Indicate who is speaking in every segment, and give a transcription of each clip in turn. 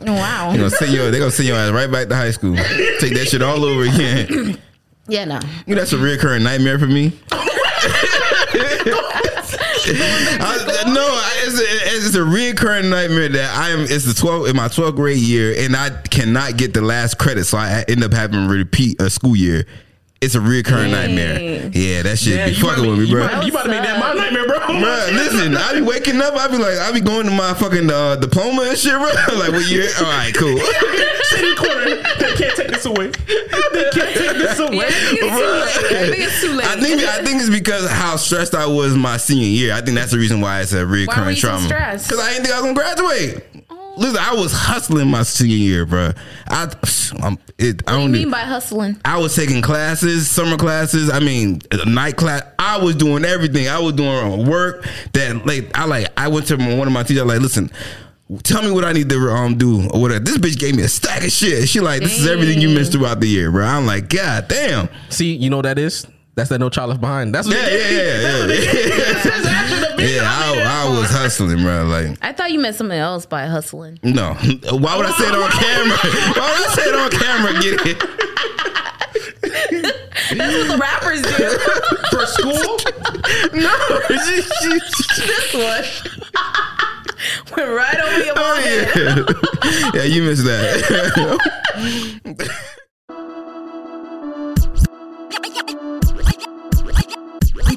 Speaker 1: Wow.
Speaker 2: They're gonna send your they gonna send your ass right back to high school. Take that shit all over again. You
Speaker 1: Yeah, no.
Speaker 2: know, that's a reoccurring nightmare for me. I, no, I- it's a, it's just a reoccurring nightmare that I am. It's the twelve in my twelfth grade year, and I cannot get the last credit, so I end up having to repeat a school year. It's a reoccurring nightmare. Yeah, that shit
Speaker 3: Yeah,
Speaker 2: be
Speaker 3: you
Speaker 2: fucking
Speaker 3: about to-
Speaker 2: with me,
Speaker 3: you
Speaker 2: bro.
Speaker 3: about to- You about to make that my nightmare, bro.
Speaker 2: Bruh, listen, I be waking up, I be like, I be going to my fucking uh, diploma and shit, bro. like, what year? All right, cool.
Speaker 3: City corner. They can't take this away. They can't take this away.
Speaker 4: I think it's too late. I think it's too late.
Speaker 2: I think I think it's because how stressed I was my senior year. I think that's the reason why it's
Speaker 4: Why
Speaker 2: a
Speaker 4: were you
Speaker 2: recurring
Speaker 4: so
Speaker 2: trauma.
Speaker 4: stressed?
Speaker 2: Because I didn't think I was gonna graduate. Listen, I was hustling my senior year, bro. I, I'm, it, I
Speaker 1: What do
Speaker 2: don't
Speaker 1: you
Speaker 2: need.
Speaker 1: mean by hustling?
Speaker 2: I was taking classes, summer classes. I mean, night class. I was doing everything. I was doing work that like I like. I went to my- one of my teachers like, listen. Tell me what I need to um do or whatever. This bitch gave me a stack of shit. She like, this is everything you missed throughout the year, bro. I'm like, god damn.
Speaker 3: See, you know what that is? That's that no child left behind. That's what
Speaker 2: Yeah,
Speaker 3: they
Speaker 2: yeah,
Speaker 3: gave me.
Speaker 2: yeah, yeah. yeah, I, I was hustling, bro. Like,
Speaker 1: I thought you meant something else by hustling.
Speaker 2: no. Why would I say it on camera? Why would I say it on camera? Get it?
Speaker 4: That's what the rappers do.
Speaker 3: For school,
Speaker 2: No.
Speaker 4: Went right over your
Speaker 2: Oh, yeah. yeah, you missed that.
Speaker 5: We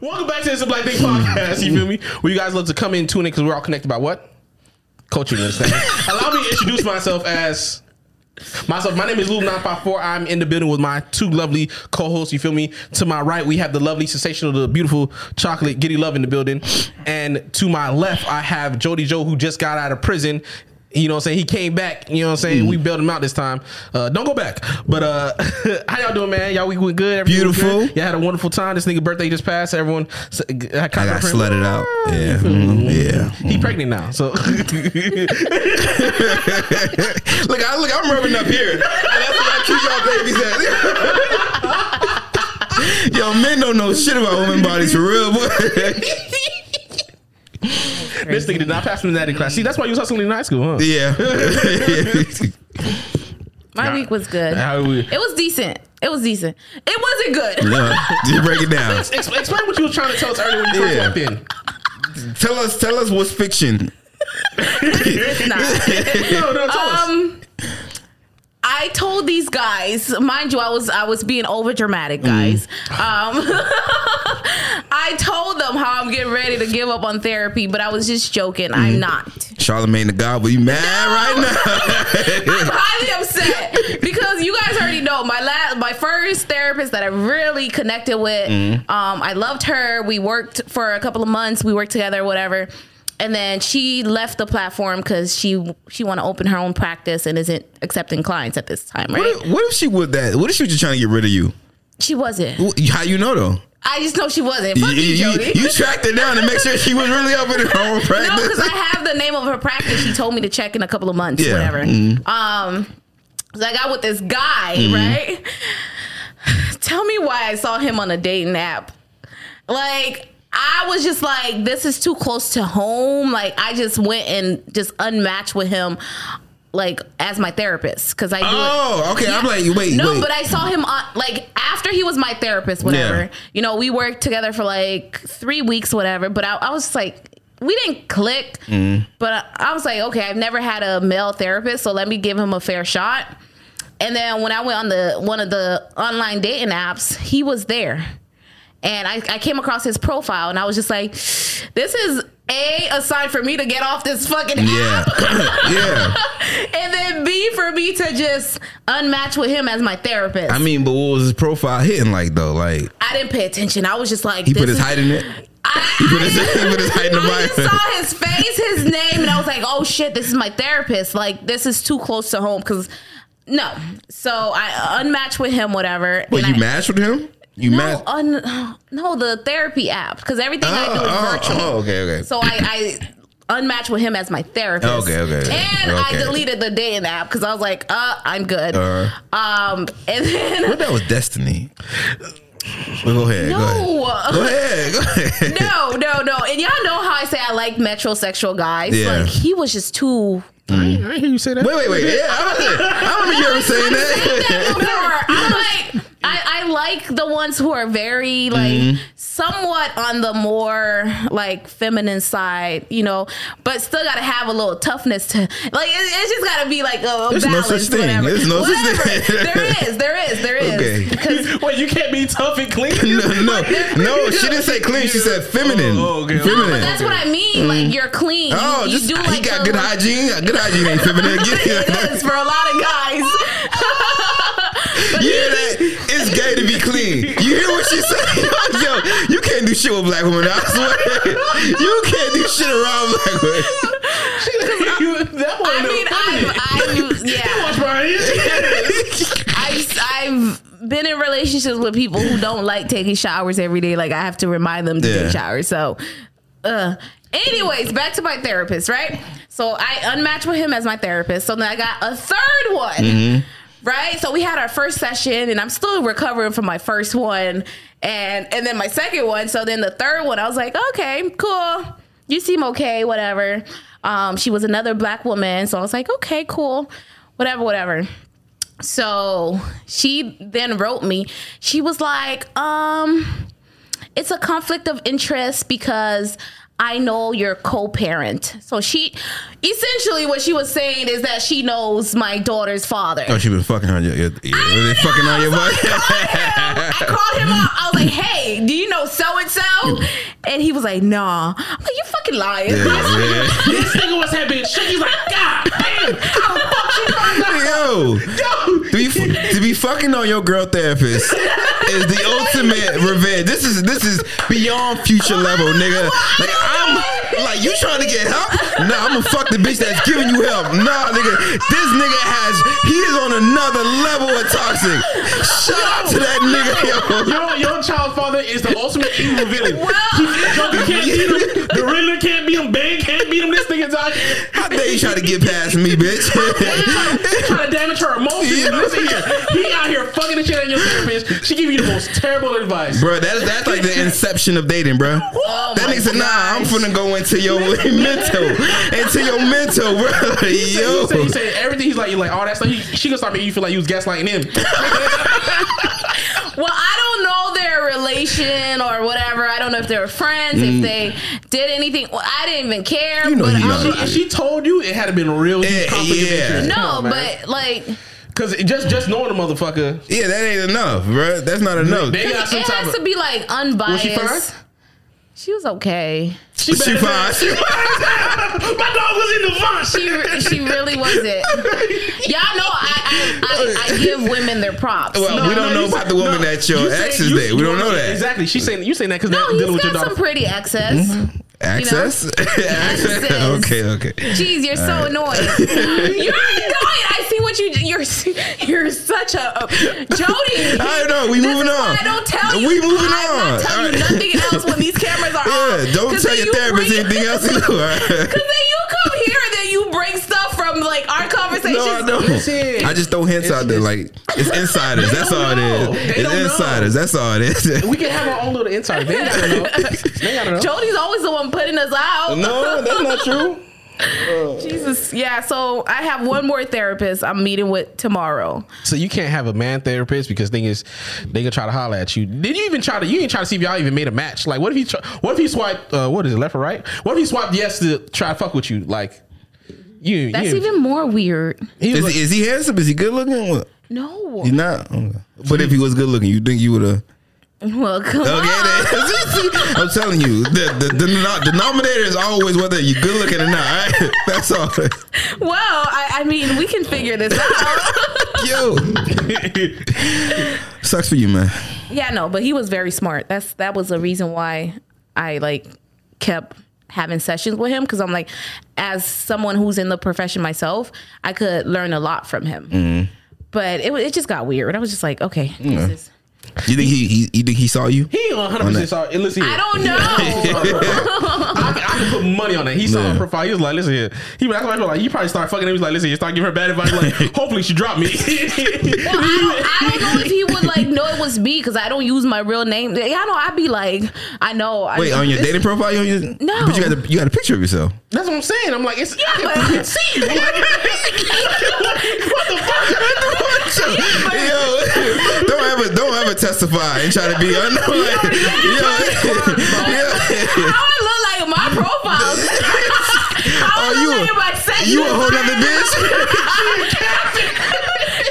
Speaker 3: welcome back to this Black Thing podcast. You feel me? Well, you guys love to come in, tune in because we're all connected by what culture. You understand? Allow me to introduce myself as myself. My name is Lou Nine Five Four. I'm in the building with my two lovely co-hosts. You feel me? To my right, we have the lovely, sensational, the beautiful chocolate Giddy Love in the building, and to my left, I have Jody Joe, who just got out of prison. You know what I'm saying? He came back. You know what I'm saying? We bailed him out this time. Uh, don't go back. But uh, how y'all doing, man? Y'all week went good? Everything went
Speaker 2: Beautiful.
Speaker 3: good? Y'all had a wonderful time. This nigga birthday just passed. Everyone s- I
Speaker 2: I got slutted out. Yeah. Mhm.
Speaker 3: He pregnant now. So
Speaker 2: Yeah. Look, I look, I'm rubbing up here. And that's what I keep y'all babies at. Yo, men don't know shit about women bodies for real, boy.
Speaker 3: this nigga did not pass from that in class. See, that's why you was hustling in high school, huh?
Speaker 2: yeah.
Speaker 1: My
Speaker 3: Nah.
Speaker 1: week was good.
Speaker 3: How we-
Speaker 1: It was decent. It was decent. It wasn't good.
Speaker 2: no, just break it down.
Speaker 3: Ex- explain what you was trying to tell us earlier when you first
Speaker 2: Yeah. Mm-hmm.
Speaker 3: walked in.
Speaker 2: Tell us, tell us what's fiction.
Speaker 3: No, no, tell us.
Speaker 4: Um, I told these guys, mind you, I was I was being over dramatic, guys. Um, I told them how I'm getting ready to give up on therapy, but I was just joking. I'm not.
Speaker 2: Charlemagne the God, but you mad right now?
Speaker 4: I'm highly upset because you guys already know my last, my first therapist that I really connected with.
Speaker 2: Mm-hmm.
Speaker 4: Um, I loved her. We worked for a couple of months. We worked together, whatever. And then she left the platform because she she want to open her own practice and isn't accepting clients at this time, right?
Speaker 2: What if, what if she would that? What if she was just trying to get rid of you?
Speaker 4: She wasn't.
Speaker 2: Wh- How you know though?
Speaker 4: I just know she wasn't. Fuck
Speaker 2: you,
Speaker 4: you, Jody.
Speaker 2: you- you tracked her down to make sure she was really up in her own
Speaker 4: no,
Speaker 2: practice.
Speaker 4: because I have the name of her practice. She told me to check in a couple of months,
Speaker 2: Yeah. Mm-hmm.
Speaker 4: whatever. Um, so I got with this guy, right? Tell me why I saw him on a dating app. Like I was just like, this is too close to home. Like I just went and just unmatched with him, like as my therapist, because I do it-
Speaker 2: oh, okay. I'm like, wait,
Speaker 4: no,
Speaker 2: wait.
Speaker 4: but I saw him on like after he was my therapist, whatever.
Speaker 2: Yeah.
Speaker 4: You know, we worked together for like three weeks, whatever. But I, I was just like, we didn't click.
Speaker 2: Mm-hmm.
Speaker 4: But I, I was like, okay, I've never had a male therapist, so let me give him a fair shot. And then when I went on the one of the online dating apps, he was there. And I, I came across his profile and I was just like, this is A, a sign for me to get off this fucking
Speaker 2: yeah,
Speaker 4: app
Speaker 2: yeah.
Speaker 4: and then B for me to just unmatch with him as my therapist.
Speaker 2: I mean, but what was his profile hitting like though? Like
Speaker 4: I didn't pay attention. I was just like,
Speaker 2: he put
Speaker 4: this
Speaker 2: his
Speaker 4: is-
Speaker 2: height in it.
Speaker 4: I,
Speaker 2: He put his, he put his height in the
Speaker 4: I just
Speaker 2: bio.
Speaker 4: saw his face, his name, and I was like, oh shit, this is my therapist. Like, this is too close to home because No. So I unmatched with him, whatever.
Speaker 2: But
Speaker 4: and
Speaker 2: you
Speaker 4: I,
Speaker 2: matched with him? You
Speaker 4: no,
Speaker 2: matched?
Speaker 4: un, no, the therapy app because everything I do is
Speaker 2: oh,
Speaker 4: virtual.
Speaker 2: oh, okay, okay.
Speaker 4: So I, I unmatched with him as my therapist.
Speaker 2: Okay, okay, okay.
Speaker 4: And I
Speaker 2: Okay.
Speaker 4: deleted the dating app because I was like, uh, I'm good.
Speaker 2: Uh,
Speaker 4: um, and
Speaker 2: but
Speaker 4: then
Speaker 2: that was destiny. Well, go ahead.
Speaker 4: no.
Speaker 2: Go ahead. Go ahead. Go ahead.
Speaker 4: No, no, no. And y'all know how I say I like metrosexual guys.
Speaker 2: Yeah.
Speaker 4: Like he was just too
Speaker 3: I hear you say that.
Speaker 2: Wait, wait, wait. Yeah, I, was there. I remember you ever saying that.
Speaker 4: before. I like I, I like the ones who are very like
Speaker 2: Mm-hmm.
Speaker 4: somewhat on the more like feminine side, you know, but still gotta have a little toughness to like it, it's just gotta be like a, a
Speaker 2: There's no
Speaker 4: balance.
Speaker 2: such thing.
Speaker 4: Whatever.
Speaker 2: There's no such
Speaker 4: whatever.
Speaker 2: thing.
Speaker 4: there is, there is, there is.
Speaker 2: Okay.
Speaker 3: Wait, you can't be tough and clean.
Speaker 2: No, no, no. She didn't say clean. She said feminine.
Speaker 3: Oh, okay.
Speaker 2: Feminine.
Speaker 4: But that's what I mean. Like you're clean.
Speaker 2: Oh,
Speaker 4: you,
Speaker 2: just,
Speaker 4: you do like
Speaker 2: he got
Speaker 4: the-
Speaker 2: good hygiene. Got good hygiene ain't feminine. Yeah,
Speaker 4: It is for a lot of guys.
Speaker 2: you hear that? It's gay to be clean. You hear what she said? Yo, you can't do shit with black women. I swear, you can't do shit around black women.
Speaker 3: that one.
Speaker 4: I mean, I've, I've yeah,
Speaker 3: Watch
Speaker 4: I've,
Speaker 3: Brian.
Speaker 4: I've been in relationships with people who don't like taking showers every day. Like I have to remind them to
Speaker 2: Yeah.
Speaker 4: take showers. So, uh, anyways, back to my therapist, right? So I unmatched with him as my therapist. So then I got a third one, right? So we had our first session, and I'm still recovering from my first one, and and then my second one. So then the third one, I was like, okay, cool. You seem okay, whatever. Um, she was another black woman, so I was like, okay, cool, whatever, whatever. So she then wrote me. She was like, um, it's a conflict of interest because I know you're co-parent. So she essentially what she was saying is that she knows my daughter's father.
Speaker 2: Oh, she been fucking on your. your, your were they fucking on your butt?
Speaker 4: I called him out. I was like, "Hey, do you know so and so?" And he was like, "Nah." I'm like, "You fucking lying."
Speaker 2: Yeah,
Speaker 3: this nigga was having shit. He's like, God damn. How the fuck she found out?
Speaker 2: yeah. Yo, to be, fu- to be fucking on your girl therapist is the ultimate revenge. This is this is beyond future level, nigga. Like I'm like you trying to get help? Nah, I'm gonna fuck the bitch that's giving you help. Nah, nigga, this nigga has he is on another level of toxic. Shout out to that nigga. Yo.
Speaker 3: Your, your child father is the ultimate evil villain.
Speaker 4: Well,
Speaker 3: Joker can't beat him. The Riddler can't beat him. Bane can't beat him. This nigga's out here
Speaker 2: How dare you try to get past me, bitch?
Speaker 3: trying to damage her emotions.
Speaker 2: Yeah.
Speaker 3: Listen here. He out here fucking the shit out of your therapist. She give you the most terrible advice.
Speaker 2: Bro, that is that's like the inception of dating, bro. that nigga
Speaker 4: Oh
Speaker 2: said, "Nah, I'm finna go into your mental, into your mental, bro." Like,
Speaker 3: He said, he, said,
Speaker 2: yo,
Speaker 3: he said everything. He's like, you like all that stuff. He, she gonna start making you feel like you was gaslighting him.
Speaker 4: Well, I don't know their relation or whatever. I don't know if they were friends, if they did anything. Well, I didn't even care.
Speaker 2: You know
Speaker 4: but
Speaker 2: he
Speaker 4: I-
Speaker 2: not.
Speaker 3: She- if she told you, it had to been real.
Speaker 2: Yeah, yeah.
Speaker 4: no, but like
Speaker 3: because just just knowing the motherfucker,
Speaker 2: yeah, that ain't enough, bro. That's not enough.
Speaker 3: they got some
Speaker 4: it
Speaker 3: type
Speaker 4: has
Speaker 3: of.
Speaker 4: to be like unbiased.
Speaker 3: she fine?
Speaker 4: She was okay.
Speaker 2: She
Speaker 3: better than-
Speaker 2: fine. She
Speaker 3: My dog was in the
Speaker 4: She
Speaker 3: vine.
Speaker 4: she really wasn't. Y'all know I I, I, I give women their props.
Speaker 2: Well, we don't know
Speaker 3: you
Speaker 2: about
Speaker 3: said-
Speaker 2: the woman that your
Speaker 3: you said-
Speaker 2: ex is
Speaker 3: you-
Speaker 2: dating. We
Speaker 3: you
Speaker 2: don't know
Speaker 3: know
Speaker 2: that.
Speaker 3: Exactly. She's saying you saying that because
Speaker 4: no,
Speaker 3: they're
Speaker 4: he's
Speaker 3: dealing with your
Speaker 4: got
Speaker 3: daughter.
Speaker 4: some pretty exes.
Speaker 2: Access. Access. Okay, okay.
Speaker 4: Jeez, you're so annoying. you're annoying. I see what you you're you're such a, a Jody.
Speaker 2: I know. We
Speaker 4: This
Speaker 2: moving
Speaker 4: is
Speaker 2: on.
Speaker 4: why I don't tell you.
Speaker 2: We moving
Speaker 4: I'm
Speaker 2: on.
Speaker 4: not telling you
Speaker 2: All right.
Speaker 4: nothing else when these cameras are on.
Speaker 2: Yeah, don't
Speaker 4: 'Cause
Speaker 2: tell
Speaker 4: then
Speaker 2: your
Speaker 4: you
Speaker 2: therapist
Speaker 4: bring-
Speaker 2: anything else. You do. all right?
Speaker 4: Cause then you come here and then you bring stuff from like our conversations.
Speaker 2: No, I don't.
Speaker 3: Listen.
Speaker 2: I just throw hints
Speaker 3: It's-
Speaker 2: out there. Like it's insiders. That's all it is.
Speaker 3: know. They don't know.
Speaker 2: It's insiders. That's all it is.
Speaker 3: We can have our own little insight. They gotta know. They gotta know.
Speaker 4: Jody's always the one putting us out.
Speaker 2: No, that's not true.
Speaker 4: Jesus. Yeah, so I have one more therapist I'm meeting with tomorrow.
Speaker 3: So you can't have a man therapist because thing is, they can try to holler at you. Did you even try to? You didn't try to see if y'all even made a match. Like, what if he? Try, what if he swiped? Uh, what is it, left or right? What if he swiped yes to try to fuck with you? Like, you.
Speaker 4: That's
Speaker 3: you,
Speaker 4: even more weird.
Speaker 3: he was
Speaker 2: Is
Speaker 3: like-
Speaker 2: he, is he handsome? Is he good looking?
Speaker 4: No.
Speaker 2: He's not. Okay. But if he was good looking, you think you would have?
Speaker 4: Well, come
Speaker 2: Okay,
Speaker 4: on.
Speaker 2: then. I'm telling you, the, the, the denom- denominator is always whether you're good looking or not. all right? That's all.
Speaker 4: Well, I, I mean, we can figure this out.
Speaker 2: Yo, sucks for you, man.
Speaker 4: yeah, no, but he was very smart. That's that was the reason why I like kept having sessions with him because I'm like,
Speaker 2: Mm-hmm.
Speaker 4: as someone who's in the profession myself, I could learn a lot from him. But it, wa- it just got weird. I was just like, okay, this is.
Speaker 2: You think he, he you think he saw you?
Speaker 3: He 100
Speaker 2: On
Speaker 3: percent
Speaker 2: that.
Speaker 3: saw. it. Listen, here.
Speaker 4: I don't know.
Speaker 3: I, can- I can put money on that. He saw
Speaker 2: Yeah.
Speaker 3: her profile. He was like, "Listen here." He that's why I feel like he probably started fucking him. He's like, "Listen, you start giving her bad advice. Like, hopefully she dropped me."
Speaker 4: I don't know if he would like know it was me because I don't use my real name. I know I'd be like, I know. I
Speaker 2: Wait, on your dating profile, you on your,
Speaker 4: No.
Speaker 2: But you got a, you got a picture of yourself.
Speaker 3: that's what I'm saying. I'm like, it's I
Speaker 4: Yeah,
Speaker 3: can
Speaker 4: but-
Speaker 3: fucking see you. what the fuck?
Speaker 2: Yo, don't ever don't ever testify and try to be unlike. Yo, yo,
Speaker 4: How I look like in my profile? How I
Speaker 2: Oh,
Speaker 4: look
Speaker 2: you
Speaker 4: like
Speaker 2: a-
Speaker 4: in my sex?
Speaker 2: you a whole nother bitch.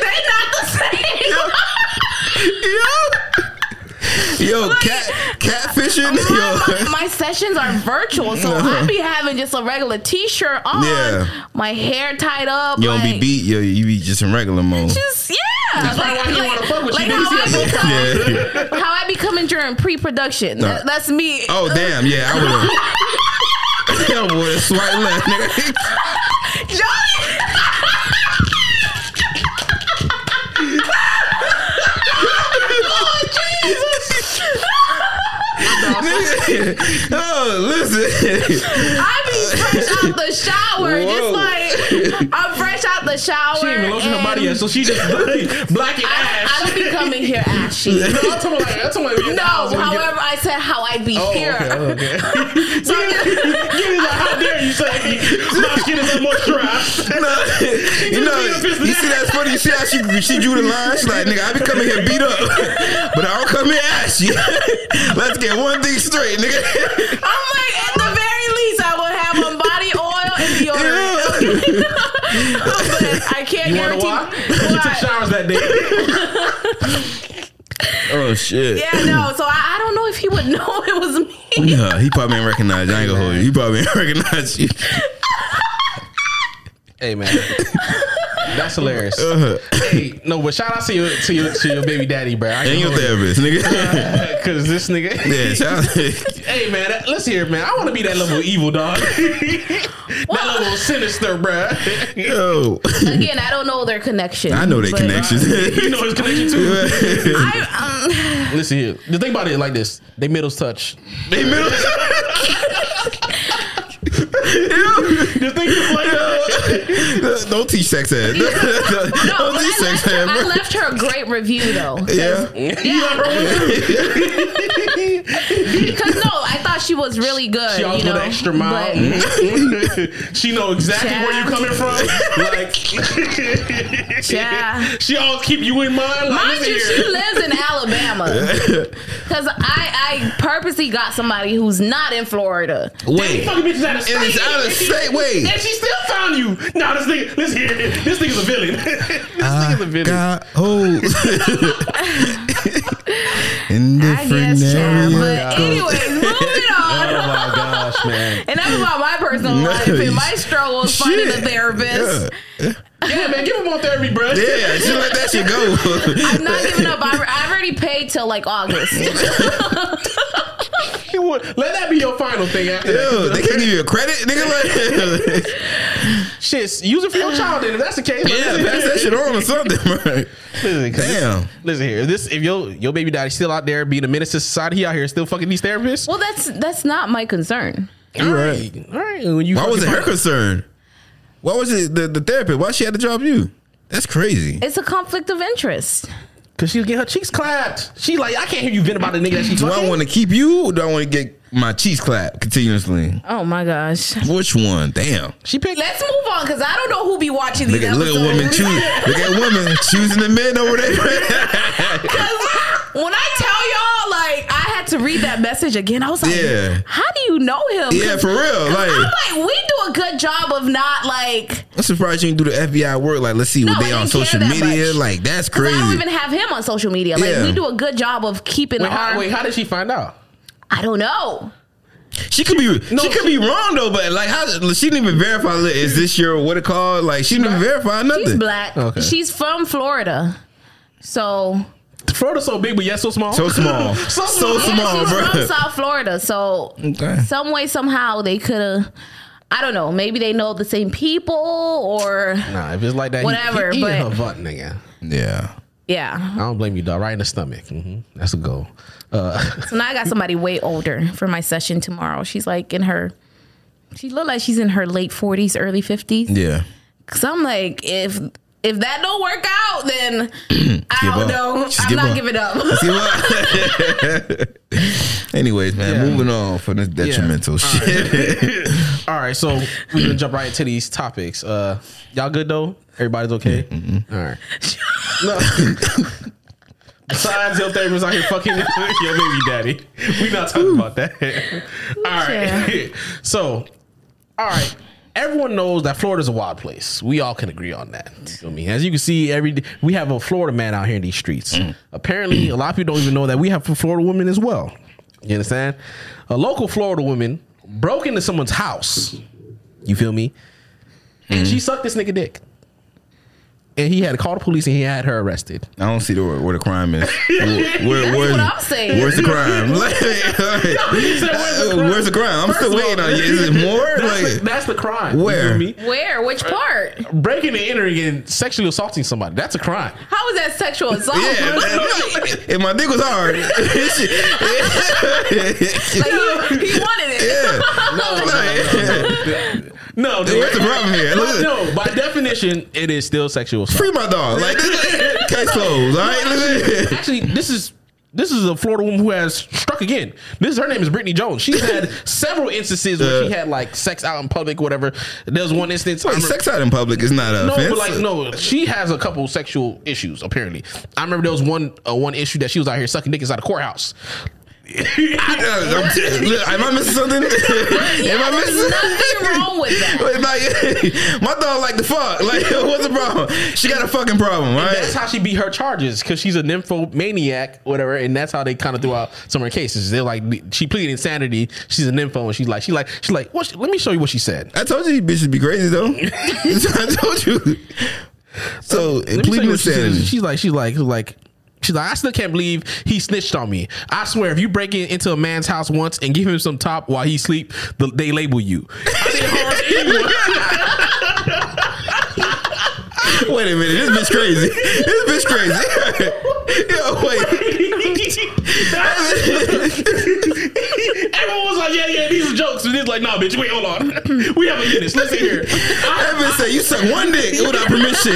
Speaker 4: They not the same.
Speaker 2: Yo, yo, cat catfishing. Yo,
Speaker 4: My, my sessions are virtual, so I be having just a regular T-shirt on,
Speaker 2: Yeah.
Speaker 4: my hair tied up.
Speaker 2: you don't be
Speaker 4: like,
Speaker 2: beat. Yo, you be just in regular mode.
Speaker 4: Just, yeah, that's
Speaker 3: why I didn't wanna fuck with you.
Speaker 4: like
Speaker 3: Didn't
Speaker 4: how,
Speaker 3: see
Speaker 4: I
Speaker 3: us.
Speaker 4: become,
Speaker 2: Yeah.
Speaker 4: how I be coming during pre-production. That- that's me.
Speaker 2: Oh damn, yeah, I would have. I would have swiped left, nigga. Nigga, oh, listen.
Speaker 4: I be fresh out the shower,
Speaker 2: Whoa.
Speaker 4: just like I'm fresh out the shower.
Speaker 3: She ain't even lotion her body
Speaker 4: and
Speaker 3: yet, so she just black and
Speaker 4: I, I
Speaker 3: ash.
Speaker 4: would be coming here ashy.
Speaker 3: No, I'm talking like, I'm talking like,
Speaker 4: No, however, I said how I'd be
Speaker 3: Oh,
Speaker 4: here.
Speaker 3: okay, okay. so, give me the how dare you say my skin is unmoisturized.
Speaker 2: No, you know, you see that's funny. You see how she, she drew the line? She's like, nigga, I be coming here beat up, but I don't come here ashy. Let's get one thing straight, nigga.
Speaker 4: I'm like, at the very least, I will have on body oil and deodorant. But I can't
Speaker 3: You wanna
Speaker 4: guarantee.
Speaker 3: why? You took showers that day.
Speaker 2: oh shit.
Speaker 4: Yeah, no. So I, I don't know if he would know it was me.
Speaker 2: Yeah, he probably ain't recognized. you. I ain't gonna hold you. He probably ain't recognized you.
Speaker 3: Hey man, that's hilarious. Uh,
Speaker 2: Uh-huh.
Speaker 3: Hey, no, but shout out to your to your, to your baby daddy, bro. I
Speaker 2: And your therapist, nigga.
Speaker 3: because this nigga.
Speaker 2: yeah, child.
Speaker 3: Hey man, that, let's hear, it, man. I want to be that level of evil dog. that level of sinister, bro.
Speaker 2: Yo,
Speaker 4: Again, I don't know their connection.
Speaker 2: I know they
Speaker 4: but-
Speaker 2: connections.
Speaker 3: you know his connection too.
Speaker 4: I, um,
Speaker 3: Listen here, the thing about it like this: they middles touch.
Speaker 2: they middle.
Speaker 3: The thing is like,
Speaker 2: Don't teach sex ed.
Speaker 4: no,
Speaker 2: Don't
Speaker 4: but
Speaker 2: teach
Speaker 4: I, left
Speaker 2: sex
Speaker 4: her,
Speaker 2: ed,
Speaker 4: I
Speaker 2: bro.
Speaker 4: left her a great review though.
Speaker 2: Yeah.
Speaker 4: Because no, I thought she was really good.
Speaker 3: She always
Speaker 4: you
Speaker 3: go
Speaker 4: know,
Speaker 3: the extra mile.
Speaker 4: But
Speaker 3: she know exactly
Speaker 4: Child.
Speaker 3: where you coming from. Like,
Speaker 4: Child.
Speaker 3: she always keep you in mind. Like,
Speaker 4: mind you,
Speaker 3: listen here.
Speaker 4: she lives in Alabama. Because I, I purposely got somebody who's not in Florida.
Speaker 3: These
Speaker 2: Wait.
Speaker 3: fucking bitches out of state.
Speaker 2: And it's out of state. Wait.
Speaker 3: And she still found you. Nah, this nigga, let's hear it. This nigga's a villain. this nigga's a villain.
Speaker 2: God, oh. In Oh,
Speaker 4: I guess, child. But
Speaker 2: go.
Speaker 4: anyways, moving on.
Speaker 3: Oh my gosh, man.
Speaker 4: And that's about my personal life and my struggles finding a
Speaker 2: Shit.
Speaker 4: therapist.
Speaker 3: Yeah, man, give him more therapy, bro.
Speaker 2: Yeah, she let that shit go.
Speaker 4: I'm not giving up. I've, I've already paid till like August.
Speaker 3: He would- Let that be your final thing after
Speaker 2: Yo,
Speaker 3: that.
Speaker 2: they can't give you a credit, nigga. Like,
Speaker 3: Shit, use it for your child then if that's the case. Like,
Speaker 2: yeah,
Speaker 3: listen
Speaker 2: pass
Speaker 3: here.
Speaker 2: that shit on or something, man.
Speaker 3: Listen, 'cause this-
Speaker 2: Damn.
Speaker 3: Listen here. This if your your baby daddy's still out there being a menace to society, he out here still fucking these therapists.
Speaker 4: well, that's that's not my concern.
Speaker 2: You right.
Speaker 3: All right. When you
Speaker 2: Why was it
Speaker 3: fucking
Speaker 2: her concern? Why was it the, the therapist? Why she had to drop you? That's crazy.
Speaker 4: It's a conflict of interest.
Speaker 3: Cause she was getting her cheeks clapped. She like, I can't hear you vent about the nigga that she
Speaker 2: Do I
Speaker 3: fucking.
Speaker 2: want to keep you or do I want to get my cheeks clapped continuously?
Speaker 4: Oh my gosh.
Speaker 2: Which one? Damn.
Speaker 3: she picked.
Speaker 4: Let's move on because I don't know who be watching these
Speaker 2: Look at, look at
Speaker 4: episodes.
Speaker 2: women choose. Look at women choosing the men over there.
Speaker 4: when I tell y'all, like, I had to read that message again. I was like,
Speaker 2: Yeah.
Speaker 4: how do you know him?
Speaker 2: yeah, for real. Like,
Speaker 4: I'm like, we do a good job of not like.
Speaker 2: I'm surprised you didn't do the FBI work. Like, let's see
Speaker 4: No,
Speaker 2: what they
Speaker 4: I
Speaker 2: on
Speaker 4: didn't care
Speaker 2: social
Speaker 4: that
Speaker 2: media.
Speaker 4: much.
Speaker 2: Like, that's
Speaker 4: 'cause
Speaker 2: crazy.
Speaker 4: I don't even have him on social media. Like
Speaker 2: Yeah.
Speaker 4: we do a good job of keeping
Speaker 3: Wait,
Speaker 4: our.
Speaker 3: how, wait, how did she find out?
Speaker 4: I don't know.
Speaker 2: she could be she could be wrong though, but like, how she didn't even verify. Like, is this your what it called? Like, she didn't even verify nothing.
Speaker 4: She's black.
Speaker 3: Oh, Okay.
Speaker 4: She's from Florida, so
Speaker 3: Florida's so big, but yet so small.
Speaker 2: So small. so,
Speaker 3: So small.
Speaker 4: Yeah,
Speaker 2: small,
Speaker 4: she's
Speaker 2: bro.
Speaker 4: from South Florida. So
Speaker 2: Okay.
Speaker 4: some way somehow they could have. I don't know. Maybe they know the same people or.
Speaker 3: Nah, if it's like that, he-
Speaker 4: Whatever,
Speaker 3: He, he in
Speaker 4: but-
Speaker 3: her butt, nigga.
Speaker 2: Yeah.
Speaker 4: Yeah.
Speaker 3: I don't blame you, dog. Right in the stomach. hmm That's a goal. Uh,
Speaker 4: So now I got somebody way older for my session tomorrow. She's like in her, she look like she's in her late forties, early fifties.
Speaker 2: Yeah.
Speaker 4: Cause I'm like, if if that don't work out, then I
Speaker 2: Give
Speaker 4: don't
Speaker 2: up.
Speaker 4: know.
Speaker 2: Just
Speaker 4: I'm
Speaker 2: give
Speaker 4: not
Speaker 2: up.
Speaker 4: giving up.
Speaker 2: Give up. Anyways, man,
Speaker 3: Yeah.
Speaker 2: moving on from this detrimental shit.
Speaker 3: all right, so we're gonna jump right into these topics. Uh, y'all good though? Everybody's okay? All right. No. Besides your therapist out here fucking your baby daddy. we not talking about that. all right. so, all right. Everyone knows that Florida's a wild place. We all can agree on that. You feel me? As you can see, every we have a Florida man out here in these streets. Apparently, a lot of people don't even know that we have Florida women as well. You understand? A local Florida woman broke into someone's house. You feel me? And she sucked this nigga dick. And he had to call the police and he had her arrested.
Speaker 2: I don't see the, where, where the crime is. Where, where, where's,
Speaker 4: what I'm saying.
Speaker 2: Where's the crime? Like,
Speaker 3: He said, "Where's the
Speaker 2: uh,
Speaker 3: crime?"
Speaker 2: where's the crime? I'm
Speaker 3: First
Speaker 2: still
Speaker 3: of
Speaker 2: waiting
Speaker 3: all,
Speaker 2: on you. Is it more?
Speaker 3: That's, the,
Speaker 2: Like,
Speaker 3: that's the crime. You
Speaker 2: Where?
Speaker 3: feel me?
Speaker 4: Where? Which part?
Speaker 3: Breaking and entering and sexually assaulting somebody. That's a crime.
Speaker 4: How is that sexual assault?
Speaker 2: yeah, that- if my dick was hard,
Speaker 3: Oh,
Speaker 4: Like, he, he wanted it.
Speaker 3: No, dude.
Speaker 2: what's the problem here?
Speaker 3: No,
Speaker 2: Look,
Speaker 3: no, by definition, it is still sexual assault.
Speaker 2: free my dog. Like, this- case closed. All right, Look at-
Speaker 3: Actually, this is this is a Florida woman who has struck again. This her name is Brittany Jones. She's had several instances where she
Speaker 2: Uh.
Speaker 3: had like sex out in public, whatever. There's one instance. I
Speaker 2: Wait,
Speaker 3: remember-
Speaker 2: sex out in public is not an
Speaker 3: No,
Speaker 2: offense.
Speaker 3: but like no, she has a couple sexual issues apparently. I remember there was one uh, one issue that she was out here sucking dick inside a courthouse.
Speaker 2: I, am look, am I missing something? am I missing
Speaker 4: There's nothing wrong with that.
Speaker 2: Wait, Like, my dog like the fuck. Like, what's the problem? She got a fucking problem, right?
Speaker 3: That's how she beat her charges because she's a nymphomaniac, whatever, and that's how they kind of threw out some of her cases. They're like, she pleaded insanity. She's a nympho, and she's like, she like, she's like, what? she- let me show you what she said.
Speaker 2: I told you these bitches be crazy though. I told you. So
Speaker 3: Let me tell
Speaker 2: pleading
Speaker 3: you what she said.
Speaker 2: insanity.
Speaker 3: She's like, she's like, she's like, she's like, I still can't believe he snitched on me. I swear, if you break in, into a man's house once and give him some top while he sleep, the, they label you. I didn't harm anyone.
Speaker 2: Wait a minute, this bitch crazy. This bitch crazy. Yo, wait.
Speaker 3: Everyone was like, yeah, yeah, these are jokes. And it's like, nah, bitch, wait, hold on. We have a minute. Listen here.
Speaker 2: That bitch said you suck one dick without permission.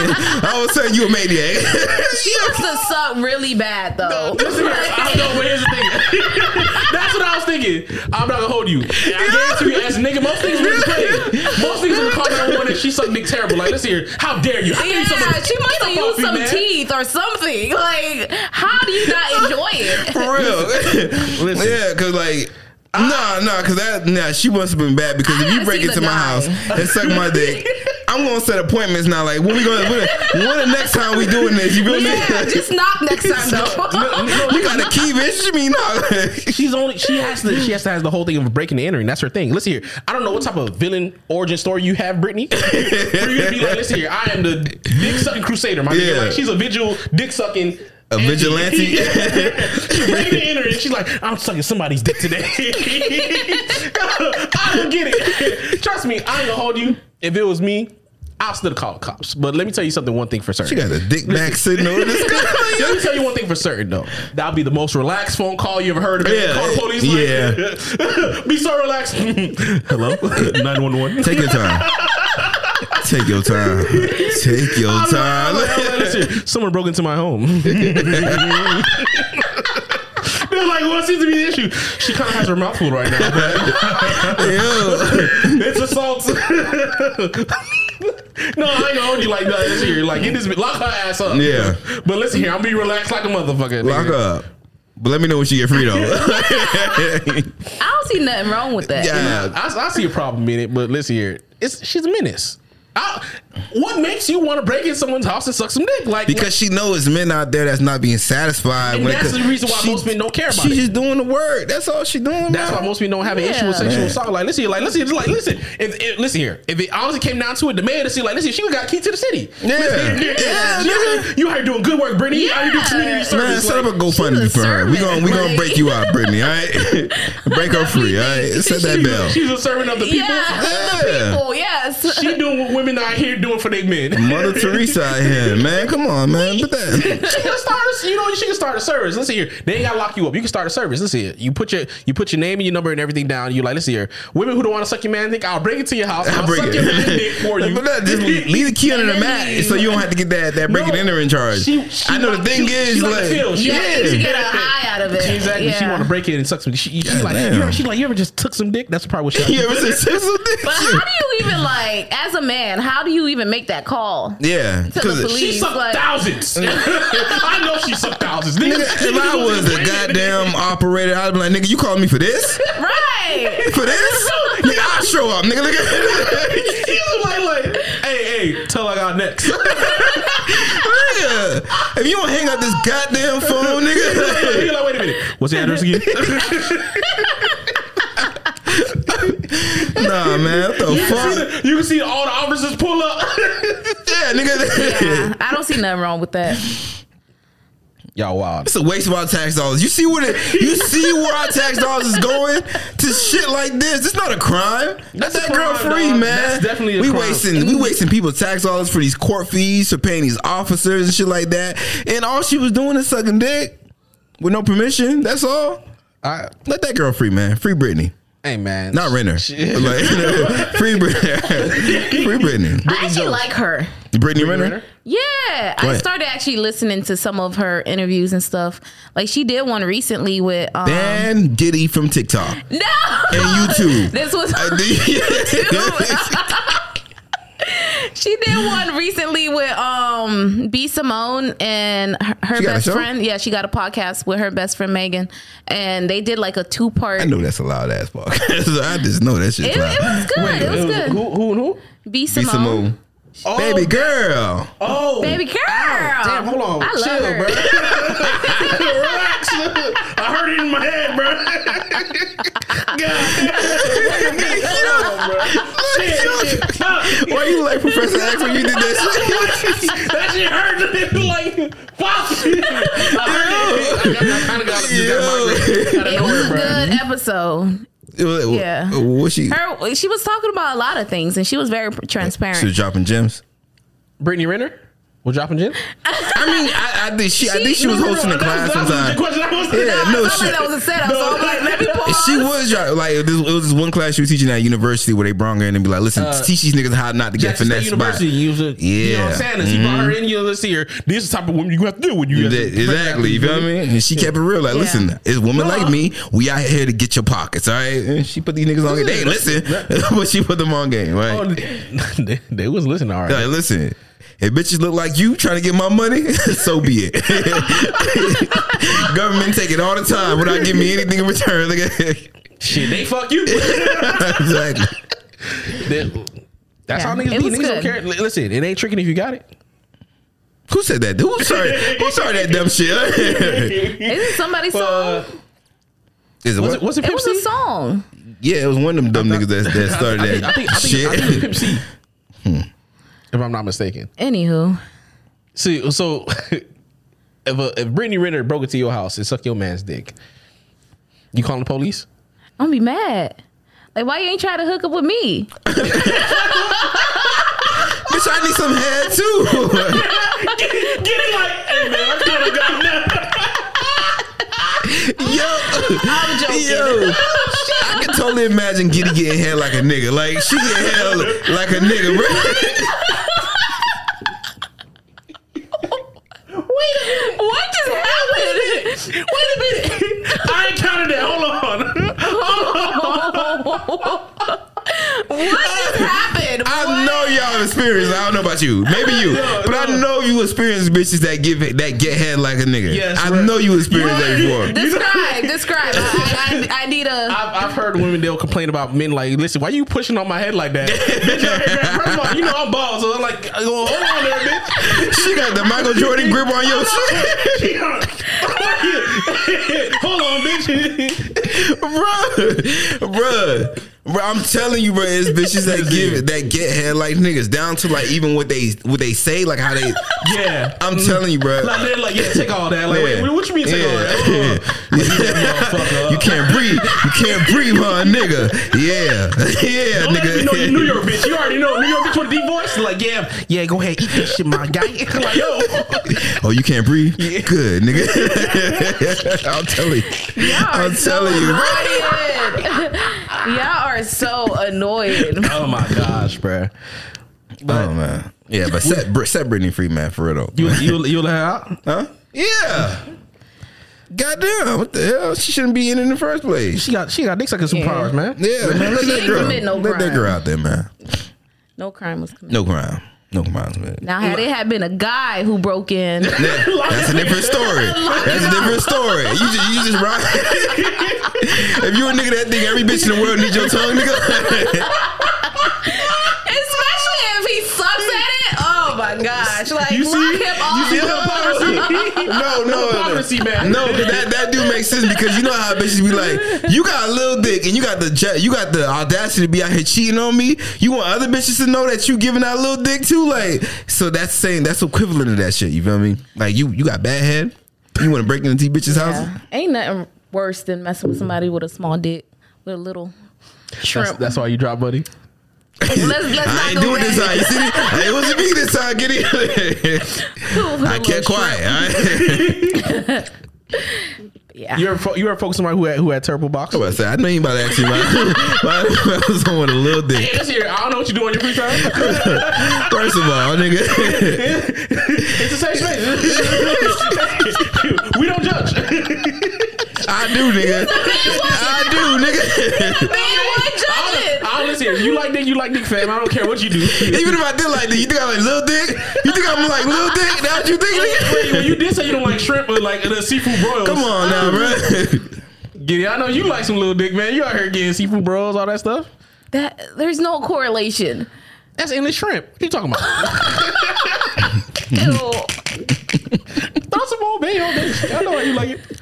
Speaker 2: All of a sudden you a maniac.
Speaker 4: She must have sucked really bad though.
Speaker 3: Listen here. I know, but here's the thing. That's what I was thinking. I'm not gonna hold you. I guarantee you, as a nigga, most things really play. Most things would call that woman that she sucked dick terrible. Like, listen here. How dare you? How
Speaker 4: Yeah,
Speaker 3: dare someone-
Speaker 4: she must
Speaker 3: Get
Speaker 4: have
Speaker 3: up off
Speaker 4: used
Speaker 3: me,
Speaker 4: some
Speaker 3: man.
Speaker 4: teeth or something. Like, how do you not enjoy it?
Speaker 2: For real.
Speaker 3: Listen.
Speaker 2: Yeah, cause like Nah, nah, cause that nah, she must have been bad because
Speaker 4: I
Speaker 2: if you
Speaker 4: gotta
Speaker 2: break
Speaker 4: see
Speaker 2: into
Speaker 4: the
Speaker 2: my
Speaker 4: guy.
Speaker 2: house and suck my dick, I'm gonna set appointments now. Like when we gonna when, when the next time we doing this, you feel
Speaker 4: Yeah,
Speaker 2: me?
Speaker 4: just knock next time though.
Speaker 2: you got a key, bitch. You mean nah?
Speaker 3: She's only she has to she has to has the whole thing of breaking and entering. That's her thing. Listen here, I don't know what type of villain origin story you have, Brittany. For you to be like, listen here, I am the dick sucking crusader. My nigga.
Speaker 2: Yeah.
Speaker 3: like she's a vigil dick sucking.
Speaker 2: A vigilante?
Speaker 3: she's breaking and entering. She's like, I'm sucking somebody's dick today. I don't get it. Trust me, I ain't gonna hold you. If it was me, I'll still call the cops. But let me tell you something. One thing for certain,
Speaker 2: She got a dick back sitting over this guy.
Speaker 3: let me tell you one thing for certain though. That'll be the most relaxed phone call you ever heard of.
Speaker 2: Yeah.
Speaker 3: Call the police. Yeah. be so relaxed. Hello. Nine one one.
Speaker 2: Take your time. Take your time. Take your time.
Speaker 3: Someone broke into my home. They're like, what seems to be the issue? She kind of has her mouth full right now.
Speaker 2: Yo,
Speaker 3: It's assault. no, I ain't gonna hold you like that. Listen here, like get this, lock her ass up.
Speaker 2: Yeah.
Speaker 3: but listen here, I'm be relaxed like a motherfucker.
Speaker 2: lock
Speaker 3: nigga.
Speaker 2: up. But let me know when she get free though.
Speaker 4: I don't see nothing wrong with that.
Speaker 2: yeah.
Speaker 3: I, I see a problem in it, but listen here, it's she's a menace. I, what makes you want to break in someone's house and suck some dick? Like
Speaker 2: Because she knows it's men out there that's not being satisfied.
Speaker 3: And
Speaker 2: when it
Speaker 3: that's
Speaker 2: co-
Speaker 3: the reason why most men don't care about
Speaker 2: She's
Speaker 3: it.
Speaker 2: just doing the work. That's all she doing.
Speaker 3: that's
Speaker 2: bro.
Speaker 3: why most people don't have an issue with
Speaker 4: Yeah.
Speaker 3: sexual
Speaker 2: Man.
Speaker 3: assault. Like listen, here, like listen, here, like listen, if, if, listen here. If it honestly came down to it, the mayor to see like listen, she got a key to the city.
Speaker 2: Yeah.
Speaker 3: Listen here,
Speaker 2: Yeah,
Speaker 3: she- you are doing good work, Brittany. You out here doing
Speaker 4: Yeah.
Speaker 3: community
Speaker 2: Man,
Speaker 3: service.
Speaker 2: set up
Speaker 3: like-
Speaker 2: a GoFundMe
Speaker 4: she's a
Speaker 2: for her. We
Speaker 4: servant,
Speaker 2: gonna we gonna
Speaker 4: like-
Speaker 2: break you out, Brittany. All right, break her free. All right, set that
Speaker 3: she's,
Speaker 2: bell.
Speaker 3: she's a servant of the people.
Speaker 4: Yeah.
Speaker 2: Yeah.
Speaker 4: People, Oh, yes.
Speaker 3: She doing what women out here doing for their men.
Speaker 2: Mother Teresa out here, man. Come on, man. Put that.
Speaker 3: She can start. A, you know, she can start a service. Let's see here. They ain't gotta lock you up. You can start a service. Let's see it. You put your you put your name and your number and everything down. You like, let's see here. Women who don't want to suck your man dick, I'll bring it to your house. I'll
Speaker 2: I break
Speaker 3: suck
Speaker 2: it.
Speaker 3: your man dick for you.
Speaker 2: But that, just leave the key under the mat so you don't have to get that that break
Speaker 3: No.
Speaker 2: it in there in charge.
Speaker 3: She- she
Speaker 2: I know the
Speaker 3: like-
Speaker 2: thing
Speaker 3: she-
Speaker 2: is
Speaker 3: she like
Speaker 2: like,
Speaker 3: to feel. She
Speaker 2: yeah,
Speaker 3: like
Speaker 4: Yeah, you get a high out of it.
Speaker 3: Exactly. She
Speaker 4: Yeah.
Speaker 3: want to break it and suck some. She, she,
Speaker 2: God
Speaker 3: like,
Speaker 2: damn.
Speaker 3: you ever- she like, you ever just took some dick? That's probably what she. Like.
Speaker 2: you ever since
Speaker 4: But how do you even like, as a man, how do you even make that call?
Speaker 2: Yeah,
Speaker 4: the
Speaker 2: because
Speaker 4: police.
Speaker 3: She
Speaker 4: Please,
Speaker 3: sucked
Speaker 4: like-
Speaker 3: thousands. I know she sucked thousands. Nigga,
Speaker 2: if I was a goddamn operator, I'd be like, nigga, you called me for this?
Speaker 4: Right.
Speaker 2: For this? nigga, I'll show up, nigga. Look at
Speaker 3: He was like, like, hey, hey, tell I got next.
Speaker 2: Nigga, if you don't hang up this goddamn phone, nigga,
Speaker 3: He like, wait a minute. What's the address again?
Speaker 2: nah, man, what the fuck?
Speaker 3: you can see all the officers pull up.
Speaker 2: Yeah, nigga,
Speaker 4: Yeah, I don't see nothing wrong with that.
Speaker 3: Y'all wild.
Speaker 2: it's a waste of our tax dollars. You see what it, you see where our tax dollars is going to shit like this. It's not a crime. Let
Speaker 3: That's a
Speaker 2: that girl
Speaker 3: crime,
Speaker 2: free,
Speaker 3: dog.
Speaker 2: man.
Speaker 3: That's definitely a
Speaker 2: we
Speaker 3: crime.
Speaker 2: wasting we wasting people's tax dollars for these court fees for paying these officers and shit like that. And all she was doing is sucking dick with no permission. That's all.
Speaker 3: I,
Speaker 2: Let that girl free, man. Free Britney.
Speaker 3: hey, man.
Speaker 2: Not Renner.
Speaker 3: Shit.
Speaker 2: Like, free Britney. free Britney.
Speaker 4: I actually like her.
Speaker 2: Brittany Renner.
Speaker 3: Renner?
Speaker 4: Yeah, I
Speaker 2: ahead.
Speaker 4: started actually listening to some of her interviews and stuff. Like she did one recently with um,
Speaker 2: Dan Diddy from TikTok and
Speaker 4: no,
Speaker 2: YouTube.
Speaker 4: this was
Speaker 2: I did-
Speaker 4: she did one recently with um B Simone and her, her
Speaker 2: She got a
Speaker 4: best
Speaker 2: show?
Speaker 4: friend. Yeah, she got a podcast with her best friend Megan, and they did like a two part.
Speaker 2: I
Speaker 4: It,
Speaker 2: know that's a loud ass podcast. I just know that shit's
Speaker 4: it was
Speaker 2: loud.
Speaker 4: good. it was good.
Speaker 3: Who, who, who?
Speaker 4: B
Speaker 2: Be
Speaker 4: Simone,
Speaker 2: some more.
Speaker 3: Oh,
Speaker 2: Baby girl.
Speaker 3: Oh.
Speaker 4: baby girl.
Speaker 3: Damn, hold on.
Speaker 4: I love
Speaker 3: Chill,
Speaker 4: her.
Speaker 3: bro. Relax. I heard it in my head, bro. God damn.
Speaker 2: Why you like Professor X when you did that
Speaker 3: That shit hurt like fuck. I heard it. I kind of got
Speaker 2: shit? Yo.
Speaker 4: It was a good episode.
Speaker 2: It was-
Speaker 4: Yeah.
Speaker 2: What she?
Speaker 4: Her, she was talking about a lot of things, and she was very transparent.
Speaker 2: She was dropping gems.
Speaker 3: Brittany Renner. We're dropping gin.
Speaker 2: I mean, I, I think she. I think she was hosting a class sometime. Yeah, no,
Speaker 4: I
Speaker 2: she,
Speaker 4: felt like that was a setup, so I'm like, let me
Speaker 2: And
Speaker 4: pause.
Speaker 2: She was dro- like it was it was this one class she was teaching at university where they brought her in and be like, listen, teach these niggas how not to get
Speaker 3: Uh, Jackson State
Speaker 2: finessed by.
Speaker 3: University. You, was a, you know what
Speaker 2: Yeah.
Speaker 3: I'm saying? And She brought her in. You know, let's see here. This is the type of woman you have to deal with. Mm-hmm. You
Speaker 2: That-
Speaker 3: have to-
Speaker 2: exactly, you feel me? And she kept it real. Like, listen, it's women like me. We out here to get your pockets, all right? And she put these niggas on game. They ain't listen, but she put them on game, right?
Speaker 3: Oh, they, they was listening. All right.
Speaker 2: Like, listen, if bitches look like you trying to get my money, so be it. Government take it all the time without giving me anything in return. Nigga.
Speaker 3: Shit, they fuck you.
Speaker 2: exactly.
Speaker 3: They- that's
Speaker 4: Yeah,
Speaker 3: how niggas
Speaker 4: it
Speaker 3: be.
Speaker 4: was
Speaker 3: Niggas don't
Speaker 4: good.
Speaker 3: care. Li- Listen, it ain't tricking if you got it.
Speaker 2: Who said that? Who started? Who started that dumb shit?
Speaker 4: Is it somebody's song?
Speaker 3: Uh,
Speaker 2: Is it
Speaker 3: was
Speaker 2: what?
Speaker 3: it was it
Speaker 4: It
Speaker 3: Pimp
Speaker 4: was a
Speaker 3: C?
Speaker 4: song.
Speaker 2: Yeah, it was one of them dumb niggas that, that started
Speaker 3: I
Speaker 2: that
Speaker 3: think I think I think,
Speaker 2: shit.
Speaker 3: I think it was Pimp C. Hmm. If I'm not mistaken.
Speaker 4: Anywho,
Speaker 3: See, so if a, if Brittany Renner broke into your house and sucked your man's dick, you calling the police?
Speaker 4: I'm gonna be mad. Like, why you ain't try to hook up with me?
Speaker 2: Bitch, I need some head too.
Speaker 3: Get it like, hey man, I kind of got
Speaker 2: yo, I'm joking. Yo, I can totally imagine Giddy getting head like a nigga. Like she getting head like a nigga, bro.
Speaker 4: Wait, what just happened? Wait a minute.
Speaker 3: I ain't counted that. Hold on.
Speaker 4: What just happened?
Speaker 2: I know y'all have experienced. I don't know about you, maybe you, but I know you experience bitches that give that get head like a nigga.
Speaker 3: Yes,
Speaker 2: I
Speaker 3: right.
Speaker 2: know you experienced that before.
Speaker 4: Describe, describe. I, I, I need a.
Speaker 3: I've, I've heard women they'll complain about men like, listen, why you pushing on my head like that? First of all, you know I'm bald, so I'm like, oh, hold on there, bitch.
Speaker 2: she got the Michael Jordan grip on your shit,
Speaker 3: hold on, bitch.
Speaker 2: bruh, bruh, bro, I'm telling you, bro, it's bitches that give that get head like niggas down to like even what they what they say, like how they.
Speaker 3: Yeah.
Speaker 2: I'm telling you, bro.
Speaker 3: Like they're like, yeah, take all that. Like, wait, what you mean take all that? motherfucker up.
Speaker 2: you can't breathe. You can't breathe, huh, nigga? Yeah, yeah,
Speaker 3: Don't let me know
Speaker 2: nigga.
Speaker 3: you New York bitch. You already know New York bitch with a deep voice. Like, yeah, yeah, go ahead, eat this shit, my guy. like, yo,
Speaker 2: Oh, you can't breathe? Good, nigga. I'll tell you. I'm telling you. bro.
Speaker 4: Y'all are so annoyed.
Speaker 3: oh my gosh, bruh. But
Speaker 2: Oh man. Yeah, but set Br- set Brittany free, man, for real though.
Speaker 3: you you you let her out?
Speaker 2: huh? Yeah. Goddamn, what the hell? She shouldn't be in it in the first place.
Speaker 3: She got she got dick sucking
Speaker 4: Yeah.
Speaker 3: superpowers, man.
Speaker 2: Yeah, man, let
Speaker 4: She
Speaker 2: that
Speaker 4: didn't
Speaker 2: girl,
Speaker 4: commit no
Speaker 2: let that
Speaker 4: crime.
Speaker 2: girl out there, man.
Speaker 4: No crime was committed.
Speaker 2: No crime, no crimes, man.
Speaker 4: Now, had it had been a guy who broke in,
Speaker 2: Yeah, that's a different story. That's a different story. You just, you just ride. if you a nigga that think every bitch in the world needs your tongue, nigga.
Speaker 4: especially if he sucks at it. Oh my gosh! Like
Speaker 3: You see-
Speaker 4: lock him
Speaker 3: you
Speaker 4: off.
Speaker 3: see
Speaker 4: up.
Speaker 3: hypocrisy.
Speaker 2: no, no,
Speaker 3: Hypocrisy,
Speaker 2: no.
Speaker 3: man.
Speaker 2: No, but that that do make sense because you know how bitches be like, you got a little dick and you got the ju- you got the audacity to be out here cheating on me. You want other bitches to know that you giving out little dick too, like so that's saying that's equivalent to that shit. You feel me? Like you you got bad head. You want to break into these bitches' houses?
Speaker 4: Yeah. Ain't nothing worse than messing with somebody with a small dick, with a little
Speaker 3: That's,
Speaker 4: shrimp.
Speaker 3: that's why you drop, buddy.
Speaker 4: let's let's
Speaker 2: I ain't
Speaker 4: not go
Speaker 2: do it this
Speaker 4: there.
Speaker 2: time. You see, it wasn't me this time. Get it?
Speaker 4: With a
Speaker 2: I
Speaker 4: little
Speaker 2: kept quiet. All right?
Speaker 3: You ever fo- you ever fuck somebody who had who had turbo box?
Speaker 2: I was about to say, I know you about to ask me. Why why was on a little dick?
Speaker 3: Hey, this year, I don't know what you do on your free time.
Speaker 2: First of all, nigga,
Speaker 3: It's the same space. we don't judge.
Speaker 2: I do, nigga. I do, nigga.
Speaker 3: I don't, I don't listen. If you like dick, you like dick, fam. I don't care what you do.
Speaker 2: Even if I did like that, you think I'm like little dick? You think I'm like little dick? That's what you think, nigga?
Speaker 3: When you did say you don't like shrimp or like the seafood broils,
Speaker 2: Come on now, bro.
Speaker 3: Giddy, I know you like some little dick, man. You out here getting seafood broils, all that stuff.
Speaker 4: That there's no correlation.
Speaker 3: That's endless shrimp. What you talking about?
Speaker 2: Hmm.
Speaker 4: Ew.
Speaker 3: Throw some old bay on this. I know how you like it.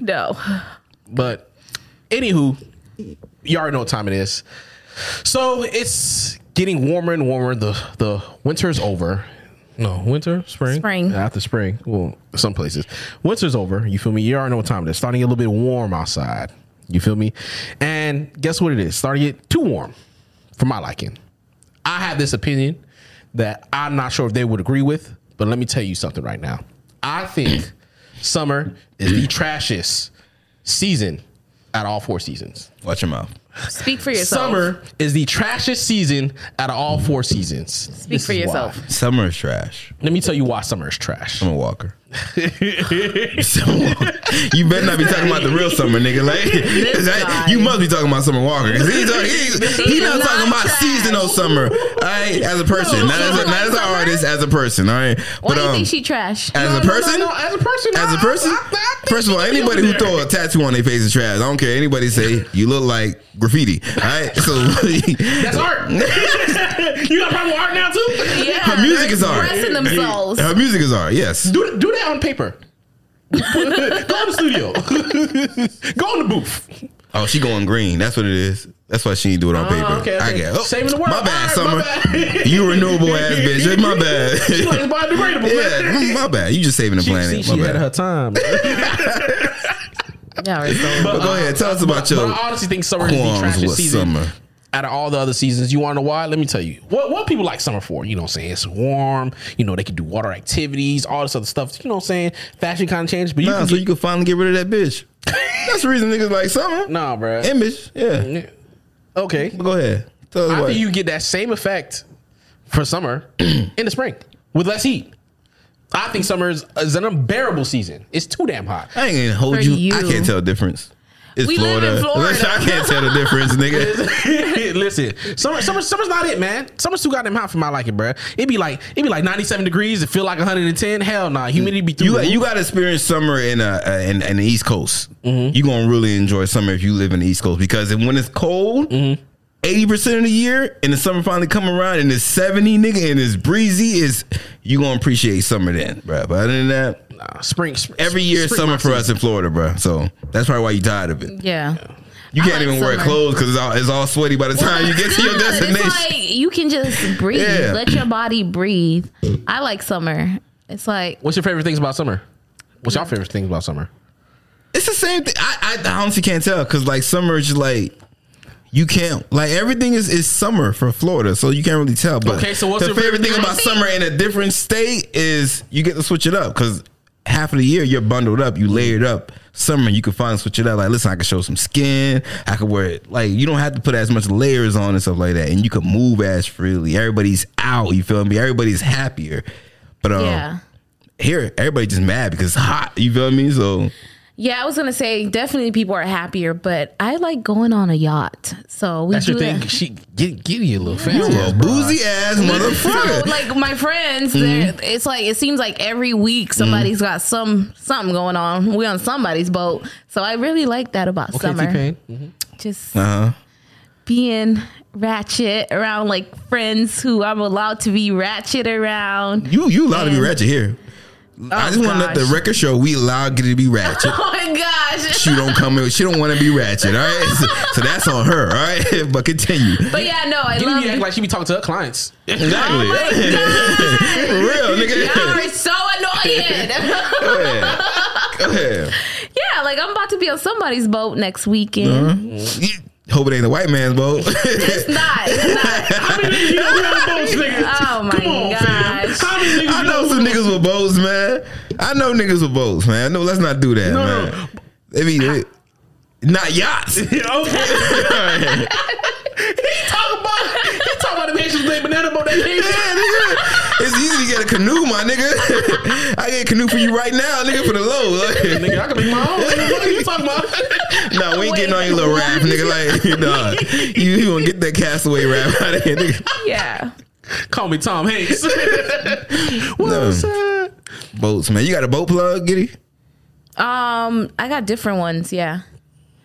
Speaker 4: no.
Speaker 3: But anywho, you already know what time it is. So it's getting warmer and warmer. The the winter's over. No, winter, spring,
Speaker 4: Spring.
Speaker 3: after spring. Well, some places winter's over. You feel me? You already know what time it is. Starting to get a little bit warm outside. You feel me? And guess what it is? Starting to get too warm for my liking. I have this opinion that I'm not sure if they would agree with, but let me tell you something right now. I think summer is the trashiest season out of all four seasons.
Speaker 2: Watch your mouth.
Speaker 4: Speak for yourself.
Speaker 3: Summer is the trashiest season out of all four seasons.
Speaker 4: Speak for yourself.
Speaker 2: Summer is trash.
Speaker 3: Let me tell you why summer is trash.
Speaker 2: I'm a walker. Summer Walker. You better not be talking about the real summer, nigga. Like, is that-
Speaker 4: guy.
Speaker 2: you must be talking about Summer Walker. 'cause He, talk, he, he
Speaker 4: is
Speaker 2: not
Speaker 4: not
Speaker 2: talking about
Speaker 4: trash.
Speaker 2: seasonal summer. All right, as a person, not as a, not as an
Speaker 4: Summer?
Speaker 2: artist, as a person. All right,
Speaker 4: Why
Speaker 2: but
Speaker 4: do you
Speaker 2: um,
Speaker 4: think she trash?
Speaker 2: as a person,
Speaker 3: as a person,
Speaker 2: as a person, first of all, anybody who throw a tattoo on their face is trash. I don't care anybody say you look like graffiti. All right, so
Speaker 3: that's art. you got a problem with art now too?
Speaker 4: yeah.
Speaker 2: her music is art.
Speaker 4: Dressing themselves.
Speaker 2: Her music is art. Yes.
Speaker 3: Do do that on paper. Go in the studio. Go in the booth.
Speaker 2: Oh, she going green. That's what it is. That's why she ain't do it on paper.
Speaker 3: okay,
Speaker 2: I
Speaker 3: okay.
Speaker 2: get oh,
Speaker 3: Saving the world.
Speaker 2: My bad,
Speaker 3: All
Speaker 2: Summer.
Speaker 3: right, my bad.
Speaker 2: you renewable ass bitch. It's My
Speaker 3: She's like
Speaker 2: bad.
Speaker 3: it's biodegradable. man.
Speaker 2: yeah, my bad. You just saving the
Speaker 3: She-
Speaker 2: planet.
Speaker 3: see,
Speaker 2: my
Speaker 3: she
Speaker 2: bad.
Speaker 3: had her time.
Speaker 4: Y'all are so-
Speaker 2: but go ahead. Tell us about your
Speaker 3: But I honestly think summer is the
Speaker 2: qualms
Speaker 3: trashiest
Speaker 2: with
Speaker 3: season.
Speaker 2: summer.
Speaker 3: Out of all the other seasons, you want to know why? Let me tell you. What what people like summer for? You know what I'm saying? It's warm. You know, they can do water activities, all this other stuff. You know what I'm saying? Fashion kind of changed, but you
Speaker 2: Nah,
Speaker 3: can
Speaker 2: so
Speaker 3: get,
Speaker 2: you can finally get rid of that bitch. That's the reason niggas like summer.
Speaker 3: nah, bro.
Speaker 2: Image. Yeah.
Speaker 3: Okay.
Speaker 2: Go ahead. Tell us
Speaker 3: I
Speaker 2: why.
Speaker 3: think you get that same effect for summer in the spring with less heat. I think summer is, is an unbearable season. It's too damn hot.
Speaker 2: I ain't gonna hold
Speaker 4: For
Speaker 2: you.
Speaker 4: you.
Speaker 2: I can't tell the difference. It's
Speaker 4: We live
Speaker 2: Florida.
Speaker 4: in Florida.
Speaker 2: I can't tell the difference, nigga.
Speaker 3: Listen, summer, summer, summer's not it, man. Summer's too goddamn hot for my liking, bruh. It'd be like it'd be like 97 degrees. It feel like 110. Hell nah, humidity be through.
Speaker 2: You
Speaker 3: the
Speaker 2: got, you
Speaker 3: roof.
Speaker 2: got to experience summer in uh uh, in, in the East Coast.
Speaker 4: Mm-hmm.
Speaker 2: you gonna really enjoy summer if you live in the East Coast because if- when it's cold,
Speaker 4: Mm-hmm.
Speaker 2: 80 percent of the year, and the summer finally come around and it's seventy, nigga, and it's breezy, is you gonna appreciate summer then, bro. But other than that,
Speaker 3: Nah, spring, spring
Speaker 2: every year is
Speaker 3: spring
Speaker 2: summer
Speaker 3: my
Speaker 2: for
Speaker 3: season.
Speaker 2: us in Florida, bro. So that's probably why you tired of it.
Speaker 4: yeah.
Speaker 2: You
Speaker 4: I
Speaker 2: can't
Speaker 4: like
Speaker 2: even wear
Speaker 4: summer.
Speaker 2: clothes because it's all, it's all sweaty by the time you get to your
Speaker 4: Good. It's
Speaker 2: destination.
Speaker 4: like you can just breathe.
Speaker 2: Yeah.
Speaker 4: Let your body breathe. I like summer. It's like
Speaker 3: What's your favorite things about summer? What's your favorite things about summer?
Speaker 2: It's the same thing. I, I honestly can't tell because like summer is just like you can't like everything is is summer for Florida, so you can't really tell. But
Speaker 3: Okay, so what's
Speaker 2: the
Speaker 3: your
Speaker 2: favorite
Speaker 3: favorite-
Speaker 2: thing about summer in a different state is you get to switch it up because half of the year you're bundled up, you layered up. Summer you can finally switch it up. Like listen, I can show some skin. I can wear it. Like you don't have to put as much layers on and stuff like that, and you can move as freely. Everybody's out. You feel me? Everybody's happier. But um,
Speaker 4: yeah.
Speaker 2: here everybody just mad because it's hot. You feel me? So.
Speaker 4: Yeah, I was gonna say definitely people are happier, but I like going on a yacht. So we
Speaker 3: That's
Speaker 4: do
Speaker 3: your thing.
Speaker 4: that.
Speaker 3: She get giddy a little fancy.
Speaker 2: You a
Speaker 3: ass, bro.
Speaker 2: boozy ass
Speaker 4: So
Speaker 2: motherfucker.
Speaker 4: like my friends,
Speaker 3: Mm-hmm.
Speaker 4: they're it's like it seems like every week somebody's got some something going on. We on somebody's boat, so I really like that about
Speaker 3: Okay,
Speaker 4: summer.
Speaker 3: T-Pain.
Speaker 4: Just
Speaker 2: Uh-huh.
Speaker 4: being ratchet around like friends who I'm allowed to be ratchet around.
Speaker 2: You you allowed to be
Speaker 4: And-
Speaker 2: ratchet here. I just want to let the
Speaker 4: Oh, gosh.
Speaker 2: record show we allowed Giddy to be ratchet.
Speaker 4: Oh my gosh!
Speaker 2: she don't come in. She don't want to be ratchet. All right, so, so that's on her. All right, but continue.
Speaker 4: But yeah, no, I
Speaker 3: Giddy
Speaker 4: love. Oh
Speaker 3: be acting like she be talking to her clients.
Speaker 2: Exactly. For real,
Speaker 4: Y'all
Speaker 2: nigga.
Speaker 4: are so annoying.
Speaker 2: Go ahead. Go ahead.
Speaker 4: yeah, like I'm about to be on somebody's boat next weekend.
Speaker 2: Hope it ain't the white man's boat.
Speaker 4: It's not. It's not.
Speaker 3: How many niggas you know wearing boats, nigga?
Speaker 4: Oh my
Speaker 3: Come on, fam.
Speaker 4: gosh.
Speaker 3: How many niggas
Speaker 2: I
Speaker 3: you know
Speaker 2: know some niggas with boats, man. I know niggas with boats, man. No, let's not do that,
Speaker 3: No, no,
Speaker 2: man. I mean, it- not yachts.
Speaker 3: Yeah, okay. he talk about he talk about the Haitians they banana boat they
Speaker 2: Yeah,
Speaker 3: came
Speaker 2: nigga. It's easy to get a canoe, my nigga. I get a canoe for you right now, nigga, for the low. Like,
Speaker 3: Nigga, I can make my own. What the fuck are you talking about?
Speaker 2: nah, we ain't getting on
Speaker 4: Wait.
Speaker 2: your little raft, nigga. Like, nah, you, you gonna get that castaway raft out of here, nigga.
Speaker 4: Yeah.
Speaker 3: Call me Tom Hanks. What's up?
Speaker 2: Boats, man. You got a boat plug, Giddy?
Speaker 4: Um, I got different ones. Yeah.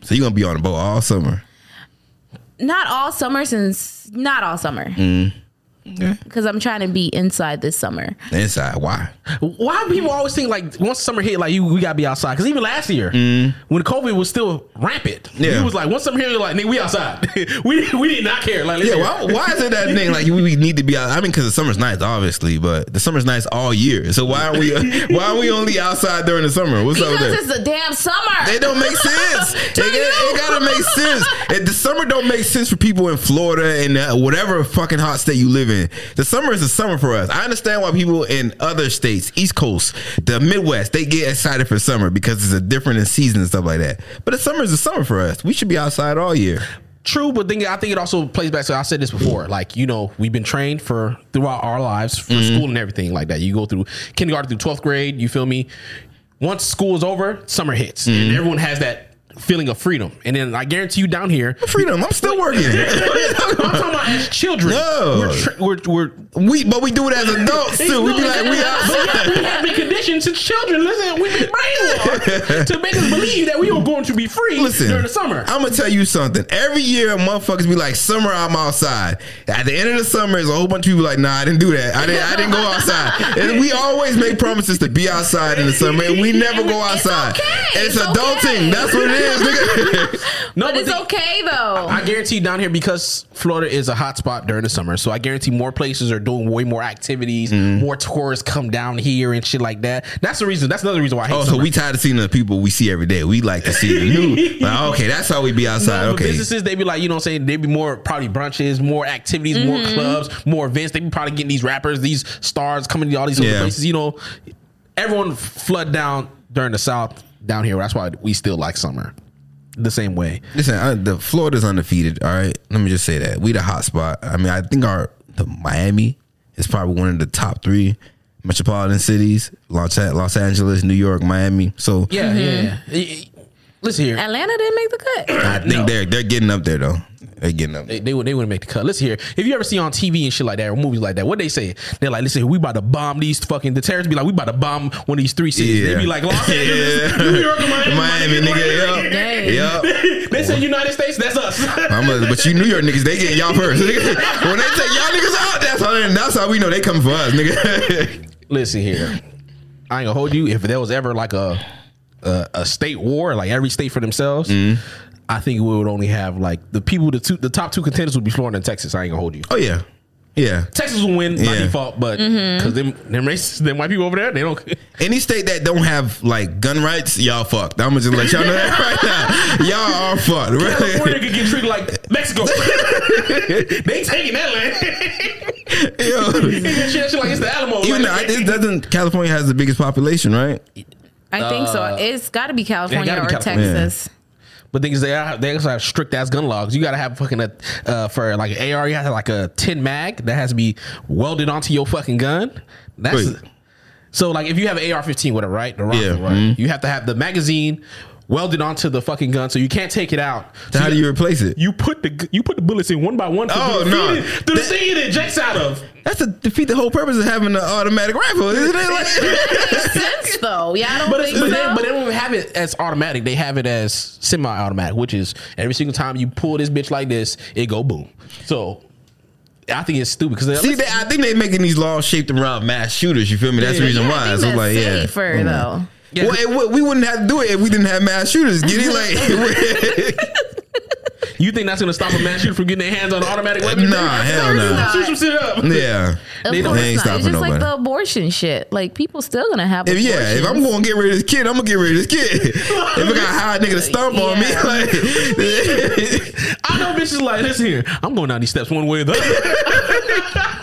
Speaker 2: So you gonna be on a boat all summer.
Speaker 4: Not all summer since not all summer.
Speaker 2: Mm.
Speaker 4: Because I'm trying to be inside this summer.
Speaker 2: Inside, why?
Speaker 3: Why do people always think like once summer hit, like you we gotta be outside? Because even last year, when COVID was still rampant,
Speaker 2: Mm. Yeah.
Speaker 3: it was like once summer hit, like nigga, we outside. we we did not care. Like
Speaker 2: Yeah,
Speaker 3: listen.
Speaker 2: why, why is it that thing like we we need to be out? I mean, because the summer's nice, obviously, but the summer's nice all year. So why are we why are we only outside during the summer? What's up with that?
Speaker 4: Because it's a damn summer.
Speaker 2: They don't make sense. it,
Speaker 4: Turn it
Speaker 2: it
Speaker 4: off.
Speaker 2: gotta make sense. It, the summer don't make sense for people in Florida and uh, whatever fucking hot state you live in. The summer is the summer for us. I understand why people in other states, East Coast, the Midwest, they get excited for summer because it's a different in season and stuff like that. But the summer is the summer for us. We should be outside all year.
Speaker 3: True, but then I think it also plays back. So I said this before, like you know, we've been trained for throughout our lives for
Speaker 2: Mm-hmm.
Speaker 3: school and everything like that. You go through kindergarten through twelfth grade. You feel me? Once school is over, summer hits,
Speaker 2: Mm-hmm.
Speaker 3: and everyone has that feeling of freedom. And then I guarantee you, down here,
Speaker 2: Freedom. I'm still working.
Speaker 3: I'm talking about as children,
Speaker 2: No.
Speaker 3: we're, tra- we're we're
Speaker 2: we but we do it as adults too. We be like we outside.
Speaker 3: we have been conditioned since children. Listen, we've been brainwashed to make us believe that we are going to be free
Speaker 2: Listen,
Speaker 3: during the summer.
Speaker 2: I'm gonna tell you something. Every year, motherfuckers be like, "Summer, I'm outside." At the end of the summer, there's a whole bunch of people like, "Nah, I didn't do that. I didn't. I didn't go outside." And we always make promises to be outside in the summer, and we never go
Speaker 4: It's
Speaker 2: outside.
Speaker 4: okay.
Speaker 2: It's
Speaker 4: It's
Speaker 2: adulting.
Speaker 4: okay.
Speaker 2: That's what it is, nigga.
Speaker 3: no,
Speaker 4: but it's
Speaker 3: the-
Speaker 4: okay though.
Speaker 3: I guarantee down here because Florida is a hot spot during the summer, so I guarantee more places are doing way more activities.
Speaker 2: Mm-hmm.
Speaker 3: More tourists come down here and shit like that. That's the reason. That's another reason why. I hate
Speaker 2: oh, so
Speaker 3: summer.
Speaker 2: we tired of seeing the people we see every day. We like to see the new. Like, okay, that's how we be outside.
Speaker 3: But
Speaker 2: okay,
Speaker 3: businesses they be like you know what I'm saying they be more probably brunches, more activities, more
Speaker 2: Mm-hmm.
Speaker 3: clubs, more events. They be probably getting these rappers, these stars coming to all these other
Speaker 2: Yeah.
Speaker 3: places. You know, everyone flood down during the South down here. That's why we still like summer the same way.
Speaker 2: Listen, I, the Florida's undefeated. All right, let me just say that we the hot spot. I mean, I think our the Miami is probably one of the top three metropolitan cities: Los, Los Angeles, New York, Miami. So
Speaker 3: Yeah, yeah, yeah. Listen here.
Speaker 4: Atlanta didn't make the cut.
Speaker 2: I think
Speaker 3: No.
Speaker 2: they're they're getting up there though. They're getting up.
Speaker 3: They,
Speaker 2: There.
Speaker 3: they would they wouldn't make the cut. Listen here. If you ever see on TV and shit like that or movies like that, what they say? They're like, listen, here, we about to bomb these fucking the terrorists be like, we about to bomb one of these three cities.
Speaker 2: Yeah.
Speaker 3: They be like Los Angeles,
Speaker 2: Yeah.
Speaker 3: New York, and Miami.
Speaker 2: Miami, nigga.
Speaker 4: Dang.
Speaker 2: Yup. Yup.
Speaker 3: They say United States, that's us.
Speaker 2: I'm a, but you New York niggas, they getting y'all first. when they take y'all niggas out, that's how, that's how we know they come for us, nigga.
Speaker 3: listen here. I ain't
Speaker 2: Mm-hmm.
Speaker 3: gonna hold you. If there was ever like a a, a state war, like every state for themselves, I think we would only have like the people the two the top two contenders would be Florida and Texas. I ain't gonna hold you.
Speaker 2: Oh yeah, yeah.
Speaker 3: Texas will win by
Speaker 2: Yeah.
Speaker 3: default, but because them them races, them white people over there, they don't.
Speaker 2: Any state that don't have like gun rights, y'all fucked. I'm gonna just let y'all know that right now. Y'all are fucked.
Speaker 3: California
Speaker 2: Right?
Speaker 3: could get treated like Mexico. they taking that land.
Speaker 2: Yo.
Speaker 3: That shit, that shit like it's the Alamo.
Speaker 2: Even though I,
Speaker 3: Like,
Speaker 2: this doesn't, California has the biggest population, right?
Speaker 4: I think so.
Speaker 3: Uh,
Speaker 4: It's got to be California
Speaker 3: gotta be
Speaker 4: or
Speaker 3: California.
Speaker 4: Texas.
Speaker 3: But things they are, they also have strict ass gun logs. You gotta have fucking a uh, for like an AR. You have to have like a tin mag that has to be welded onto your fucking gun. That's
Speaker 2: Wait.
Speaker 3: so like if you have an AR fifteen, whatever, right? The rifle,
Speaker 2: Yeah. Mm-hmm.
Speaker 3: right? You have to have the magazine welded onto the fucking gun, so you can't take it out.
Speaker 2: So
Speaker 3: So
Speaker 2: how do you replace it?
Speaker 3: you put the you put the bullets in one by one.
Speaker 2: Oh, no.
Speaker 3: Oh no! Through the
Speaker 2: That-
Speaker 3: thing it injects out of.
Speaker 2: That's to defeat the whole purpose of having an automatic rifle, isn't it? Like,
Speaker 4: Sense though, yeah, I don't
Speaker 3: But,
Speaker 4: think
Speaker 3: it's, but,
Speaker 4: so.
Speaker 3: they, but they don't have it as automatic. They have it as semi-automatic, which is every single time you pull this bitch like this, it go boom. So I think it's stupid because
Speaker 2: see, they, I think they making these laws shaped around mass shooters. You feel me? That's the reason
Speaker 4: Yeah, I
Speaker 2: why.
Speaker 4: think
Speaker 2: So
Speaker 4: that's
Speaker 2: like, yeah.
Speaker 4: safer though.
Speaker 3: Yeah.
Speaker 2: Well, it, would- we wouldn't have to do it if we didn't have mass shooters. Get it? Like,
Speaker 3: you think that's gonna stop a mass shooter from getting their hands on an automatic weapon?
Speaker 2: Nah, hell no.
Speaker 3: Shoot some shit up.
Speaker 2: yeah.
Speaker 4: Of
Speaker 3: They don't-
Speaker 4: course
Speaker 2: they ain't
Speaker 4: not.
Speaker 2: stopping
Speaker 4: It's just like
Speaker 2: nobody.
Speaker 4: the abortion shit. Like people still gonna have.
Speaker 2: If, yeah, if I'm
Speaker 4: abortions.
Speaker 2: gonna get rid of this kid, I'm gonna get rid of this kid. if I got a high nigga to stomp on me,
Speaker 4: Yeah.
Speaker 2: like,
Speaker 3: I know bitches like this here. I'm going down these steps one way or the other.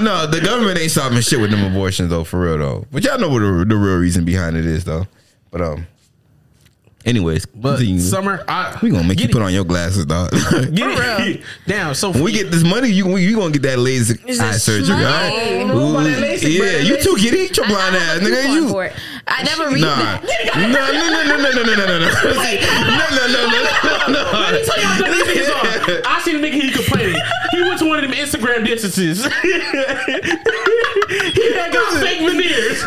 Speaker 2: no, the government ain't stopping shit with them abortions though, for real though. But y'all know what the, the real reason behind it is though. But um, anyways,
Speaker 3: But
Speaker 2: continue.
Speaker 3: summer, I,
Speaker 2: we gonna make
Speaker 3: get
Speaker 2: you put on your glasses, dog. when
Speaker 3: Get it. Damn, so
Speaker 2: we get this money, you we, you gonna get that laser eye surgery,
Speaker 4: money.
Speaker 2: right?
Speaker 4: I don't know
Speaker 3: about that laser,
Speaker 2: yeah,
Speaker 3: bruh.
Speaker 2: you too, kitty. Eat your
Speaker 4: I
Speaker 2: blind
Speaker 4: don't
Speaker 2: ass,
Speaker 4: have a
Speaker 2: nigga.
Speaker 4: coupon
Speaker 2: You
Speaker 4: for it. I never read
Speaker 2: Nah.
Speaker 4: that.
Speaker 2: No, no, no, no, no, no, no, no, no, no. See, No, no, no, no, no, no.
Speaker 3: Let me tell y'all how dumb these niggas are. I seen a nigga he complaining. He went to one of them Instagram distances. he had got fake veneers.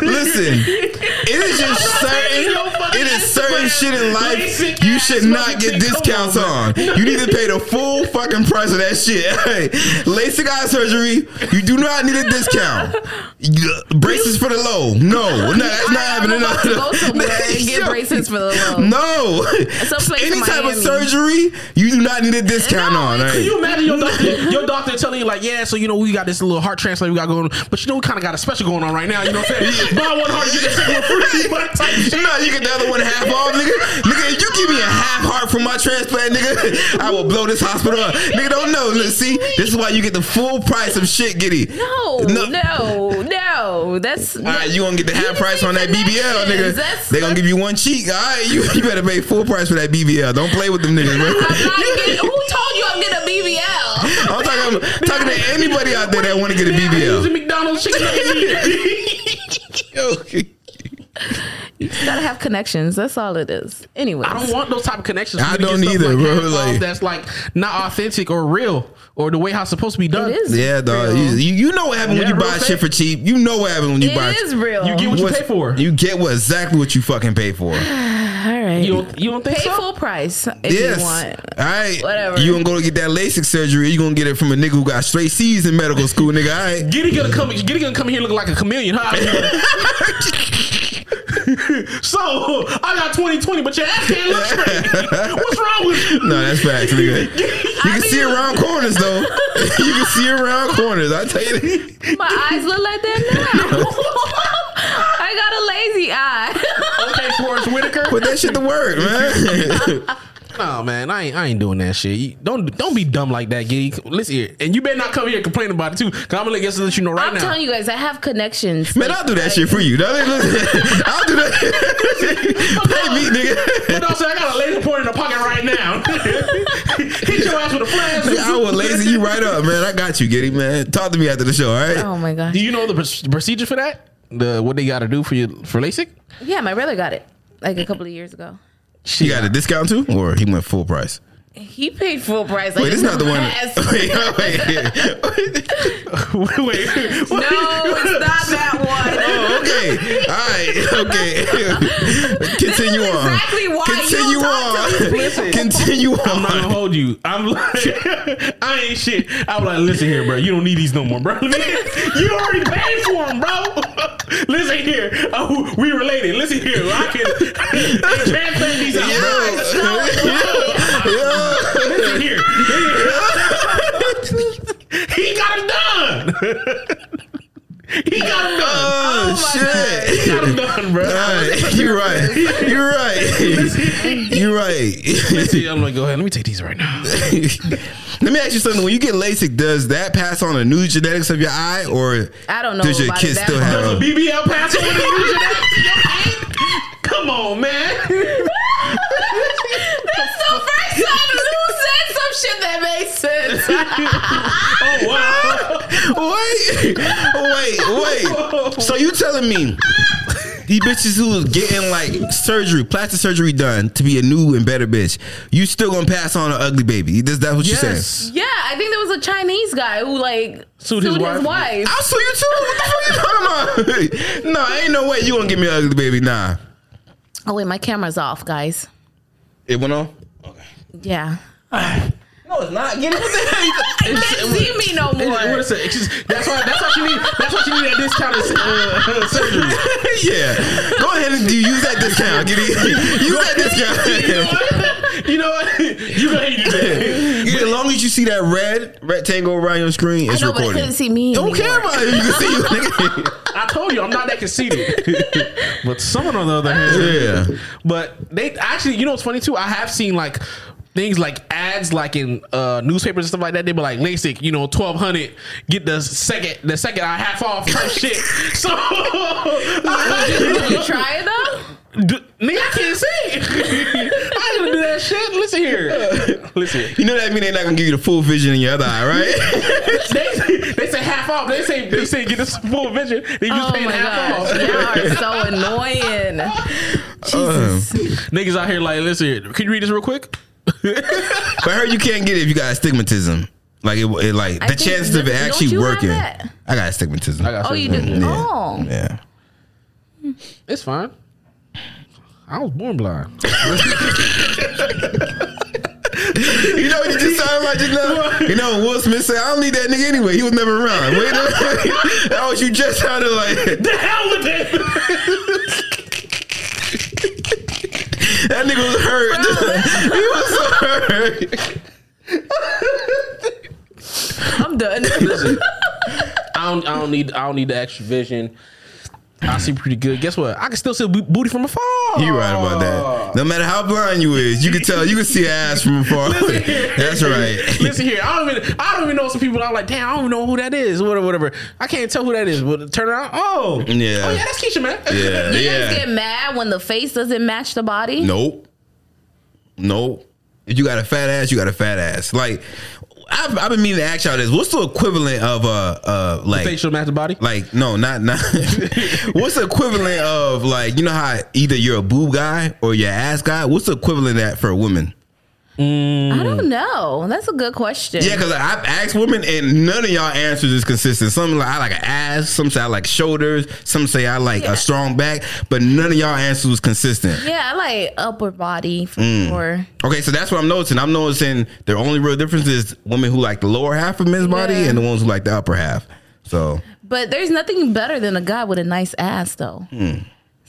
Speaker 2: Listen, it is just certain. It is certain shit in life you should not get discounts on. You need to pay the full fucking price of that shit. Hey, LASIK eye surgery, you do not need a discount. Braces for the low. No, no, that's not
Speaker 4: I'm
Speaker 2: happening.
Speaker 4: about to go somewhere and get
Speaker 2: Yo.
Speaker 4: braces for the low.
Speaker 2: No,
Speaker 4: Some place
Speaker 2: any
Speaker 4: in
Speaker 2: type of
Speaker 4: Miami.
Speaker 2: surgery, you do not need a discount on.
Speaker 3: Can
Speaker 2: Right?
Speaker 3: you imagine your doctor, your doctor telling you like, yeah, so you know we got this little heart transplant we got going, but you know we kind of got a special going on right now. You know what I'm saying? Buy one heart, get the second one free. But type shit.
Speaker 2: No, you get the other one half off, nigga. Nigga, if you give me a half heart for my transplant, nigga, I will blow this hospital up. Nigga, don't know. Look, see, this is why you get the full price of shit, Giddy.
Speaker 4: No,
Speaker 2: No.
Speaker 4: no, no, That's
Speaker 2: All right, you gonna get the
Speaker 4: can
Speaker 2: half price
Speaker 4: make
Speaker 2: on that BBL, nigga.
Speaker 4: connections. That's-
Speaker 2: they gonna give you one cheek. All right, you, you better pay full price for that BBL. Don't play with them niggas,
Speaker 4: I'm
Speaker 2: man.
Speaker 4: not getting, who told you I'm getting a BBL?
Speaker 2: I'm talking, talking to anybody out there that want to get a
Speaker 3: Now I'm
Speaker 2: BBL.
Speaker 3: using McDonald's chicken nuggets.
Speaker 4: You gotta have connections. That's all it is. Anyways,
Speaker 3: I don't want those type of connections.
Speaker 2: I
Speaker 3: You get
Speaker 2: don't
Speaker 3: stuff
Speaker 2: either, bro.
Speaker 3: that,
Speaker 2: Like-
Speaker 3: that's like not authentic or real or the way how it's supposed to be done.
Speaker 4: it is.
Speaker 2: Yeah, dog.
Speaker 4: real.
Speaker 2: You, you you know what happened when
Speaker 3: Yeah,
Speaker 2: you
Speaker 3: real
Speaker 2: buy
Speaker 3: fake.
Speaker 2: shit for cheap. You know what happened when you buy.
Speaker 4: It is real.
Speaker 3: You get what you pay for.
Speaker 2: You get what exactly what you fucking pay for.
Speaker 4: all right.
Speaker 3: You don't, you don't think
Speaker 4: pay
Speaker 3: so?
Speaker 4: full price if you want.
Speaker 2: All right.
Speaker 4: Whatever.
Speaker 2: You gonna go to get that LASIK surgery? You gonna get it from a nigga who got straight C's in medical school, nigga? All right.
Speaker 3: Giddy gonna come. Giddy gonna come here looking like a chameleon, huh? so I got 2020, but your ass can't look straight. What's wrong with you?
Speaker 2: No, that's facts, nigga. You can see around corners though. you can see around corners. I tell you. that.
Speaker 4: My eyes look like that now. I got a lazy eye.
Speaker 3: Okay, Forrest Whitaker.
Speaker 2: Put that shit to work, man.
Speaker 3: No, man, I ain't. I ain't doing that shit. You- Don't don't be dumb like that, Giddy. Listen here, and you better not come here and complain about it too. Cause I'm gonna let- guess let you know right
Speaker 4: I'm
Speaker 3: now.
Speaker 4: telling you guys, I have connections.
Speaker 2: man, I'll do that shit for you. dog. Listen, I'll do that. Pay me, nigga.
Speaker 3: But also, I got a laser pointer in the pocket right now. Hit your ass with a flash.
Speaker 2: Nigga, I will lazy you right up, man. I got you, Giddy, man. Talk to me after the show, all right?
Speaker 4: Oh my
Speaker 3: Do
Speaker 4: gosh.
Speaker 3: you know the proc- procedure for that? The what they got to do for you for LASIK?
Speaker 4: Yeah, my brother got it like a couple of years ago.
Speaker 2: She got a discount too, or he went full price.
Speaker 4: He paid full price.
Speaker 2: Wait, this is not the one. Wait,
Speaker 3: wait, wait.
Speaker 4: No, it's not that one.
Speaker 2: Oh, okay. All right. Okay. Continue
Speaker 4: This is
Speaker 2: on.
Speaker 4: exactly why you
Speaker 2: Continue
Speaker 4: don't talk to
Speaker 2: on. Continue
Speaker 3: I'm not gonna
Speaker 2: on.
Speaker 3: hold you. I'm like, I ain't shit. I'm like, listen here, bro. You don't need these no more, bro. you already paid for them, bro. listen here, oh, we related. Listen here, I can translate these out, bro.
Speaker 2: Yo. Yo.
Speaker 3: Listen here. he got it done. he got it done.
Speaker 2: Oh,
Speaker 3: He
Speaker 2: shit.
Speaker 3: got it done, bro.
Speaker 2: All right. You're right. You're right. You're right.
Speaker 3: Listen, I'm like, go ahead. Let me take these right now.
Speaker 2: Let me ask you something. When you get LASIK, does that pass on the new genetics of your eye, or
Speaker 4: I don't know
Speaker 2: does your
Speaker 4: about
Speaker 2: kid
Speaker 4: that
Speaker 2: still
Speaker 4: part.
Speaker 3: Does a
Speaker 2: have?
Speaker 3: BBL pass over the user that? Come on, man.
Speaker 4: That's the first time Lou said some shit that makes sense.
Speaker 3: Oh wow.
Speaker 2: Wait, wait, wait. So you telling me these bitches who's getting like surgery, plastic surgery done to be a new and better bitch, you still gonna pass on an ugly baby? Is that what you're saying?
Speaker 4: Yeah, I think there was a Chinese guy who like
Speaker 3: Sued his wife.
Speaker 2: I'll sue you too. What the fuck you talking about? no, ain't no way you gonna give me an ugly baby. Nah,
Speaker 4: Oh wait, my camera's off, guys.
Speaker 2: it went on.
Speaker 4: Yeah.
Speaker 2: No, it's not. Get it. What the hell you-
Speaker 4: You can't see me no
Speaker 3: It- it- what
Speaker 4: more.
Speaker 3: is it? It's just- that's why. That's why she need. That's why she need that discounted uh, surgery.
Speaker 2: yeah. Go ahead and do use that discount. Get it. Use that discount.
Speaker 3: uh, You know what? You gonna hate it. man.
Speaker 2: But as long as you see that red rectangle around your screen, it's
Speaker 4: I know, but I
Speaker 2: recording.
Speaker 4: couldn't see me.
Speaker 2: Don't care
Speaker 4: anymore.
Speaker 2: about it. You can see you. nigga.
Speaker 3: I told you I'm not that conceited. but someone on the other hand,
Speaker 2: yeah.
Speaker 3: but they actually. You know what's funny too? I have seen like. Things like ads, like in uh, newspapers and stuff like that, they be like LASIK, you know, twelve hundred, get the second, the second eye half off type shit. So,
Speaker 4: Did you try it though?
Speaker 3: D- nigga, I can't see. I ain't gonna do that shit. Listen here. Listen. here.
Speaker 2: You know that mean they're not gonna give you the full vision in your other eye, right?
Speaker 3: They say, they say half off. They say they say get this full vision. They just
Speaker 4: Oh
Speaker 3: paying
Speaker 4: my
Speaker 3: half
Speaker 4: gosh,
Speaker 3: off.
Speaker 4: y'all are so annoying. Jesus.
Speaker 3: Niggas out here like, listen here. Can you read this real quick?
Speaker 2: but I heard you can't get it if you got astigmatism. Like it, it like
Speaker 4: I
Speaker 2: the
Speaker 4: think-
Speaker 2: chances of it
Speaker 4: don't
Speaker 2: actually
Speaker 4: you have
Speaker 2: working.
Speaker 4: that?
Speaker 2: I got astigmatism.
Speaker 4: oh, you did.
Speaker 2: Yeah.
Speaker 4: Oh,
Speaker 2: Yeah.
Speaker 3: It's fine. I was born blind.
Speaker 2: You know what you just talking about just now? You know Will Smith said, "I don't need that nigga anyway. He was never around." Wait, a minute. that was you just sounded like.
Speaker 3: the hell with that.
Speaker 2: That nigga was hurt. he was so hurt.
Speaker 4: I'm done.
Speaker 3: I don't. I don't need. I don't need the extra vision. I see pretty good. Guess what? I can still see bo- booty from afar.
Speaker 2: You right about that. No matter how blind you is, you can tell you can see ass from afar. That's right.
Speaker 3: Listen here, I don't even I don't even know some people. I'm like, damn, I don't even know who that is. Whatever, whatever. I can't tell who that is. But turn around, oh,
Speaker 2: Yeah.
Speaker 3: oh yeah, that's Keisha, man.
Speaker 2: Yeah,
Speaker 4: You guys
Speaker 2: yeah.
Speaker 4: get mad when the face doesn't match the body?
Speaker 2: Nope. Nope. If you got a fat ass, you got a fat ass. Like I've, I've been meaning to ask y'all this. What's the equivalent of uh uh like
Speaker 3: Facial match the body.
Speaker 2: like no not not what's the equivalent of like you know how either you're a boob guy or your ass guy? What's the equivalent of that for a woman?
Speaker 4: I don't know. That's a good question.
Speaker 2: Yeah, because I've asked women and none of y'all answers is consistent. Some like I like an ass, some say I like shoulders, some say I like
Speaker 4: Yeah.
Speaker 2: a strong back, but none of y'all answers was consistent.
Speaker 4: Yeah, I like upper body for sure.
Speaker 2: Okay, so that's what I'm noticing. I'm noticing the only real difference is women who like the lower half of men's body
Speaker 4: Yeah.
Speaker 2: and the ones who like the upper half. So
Speaker 4: But there's nothing better than a guy with a nice ass, though.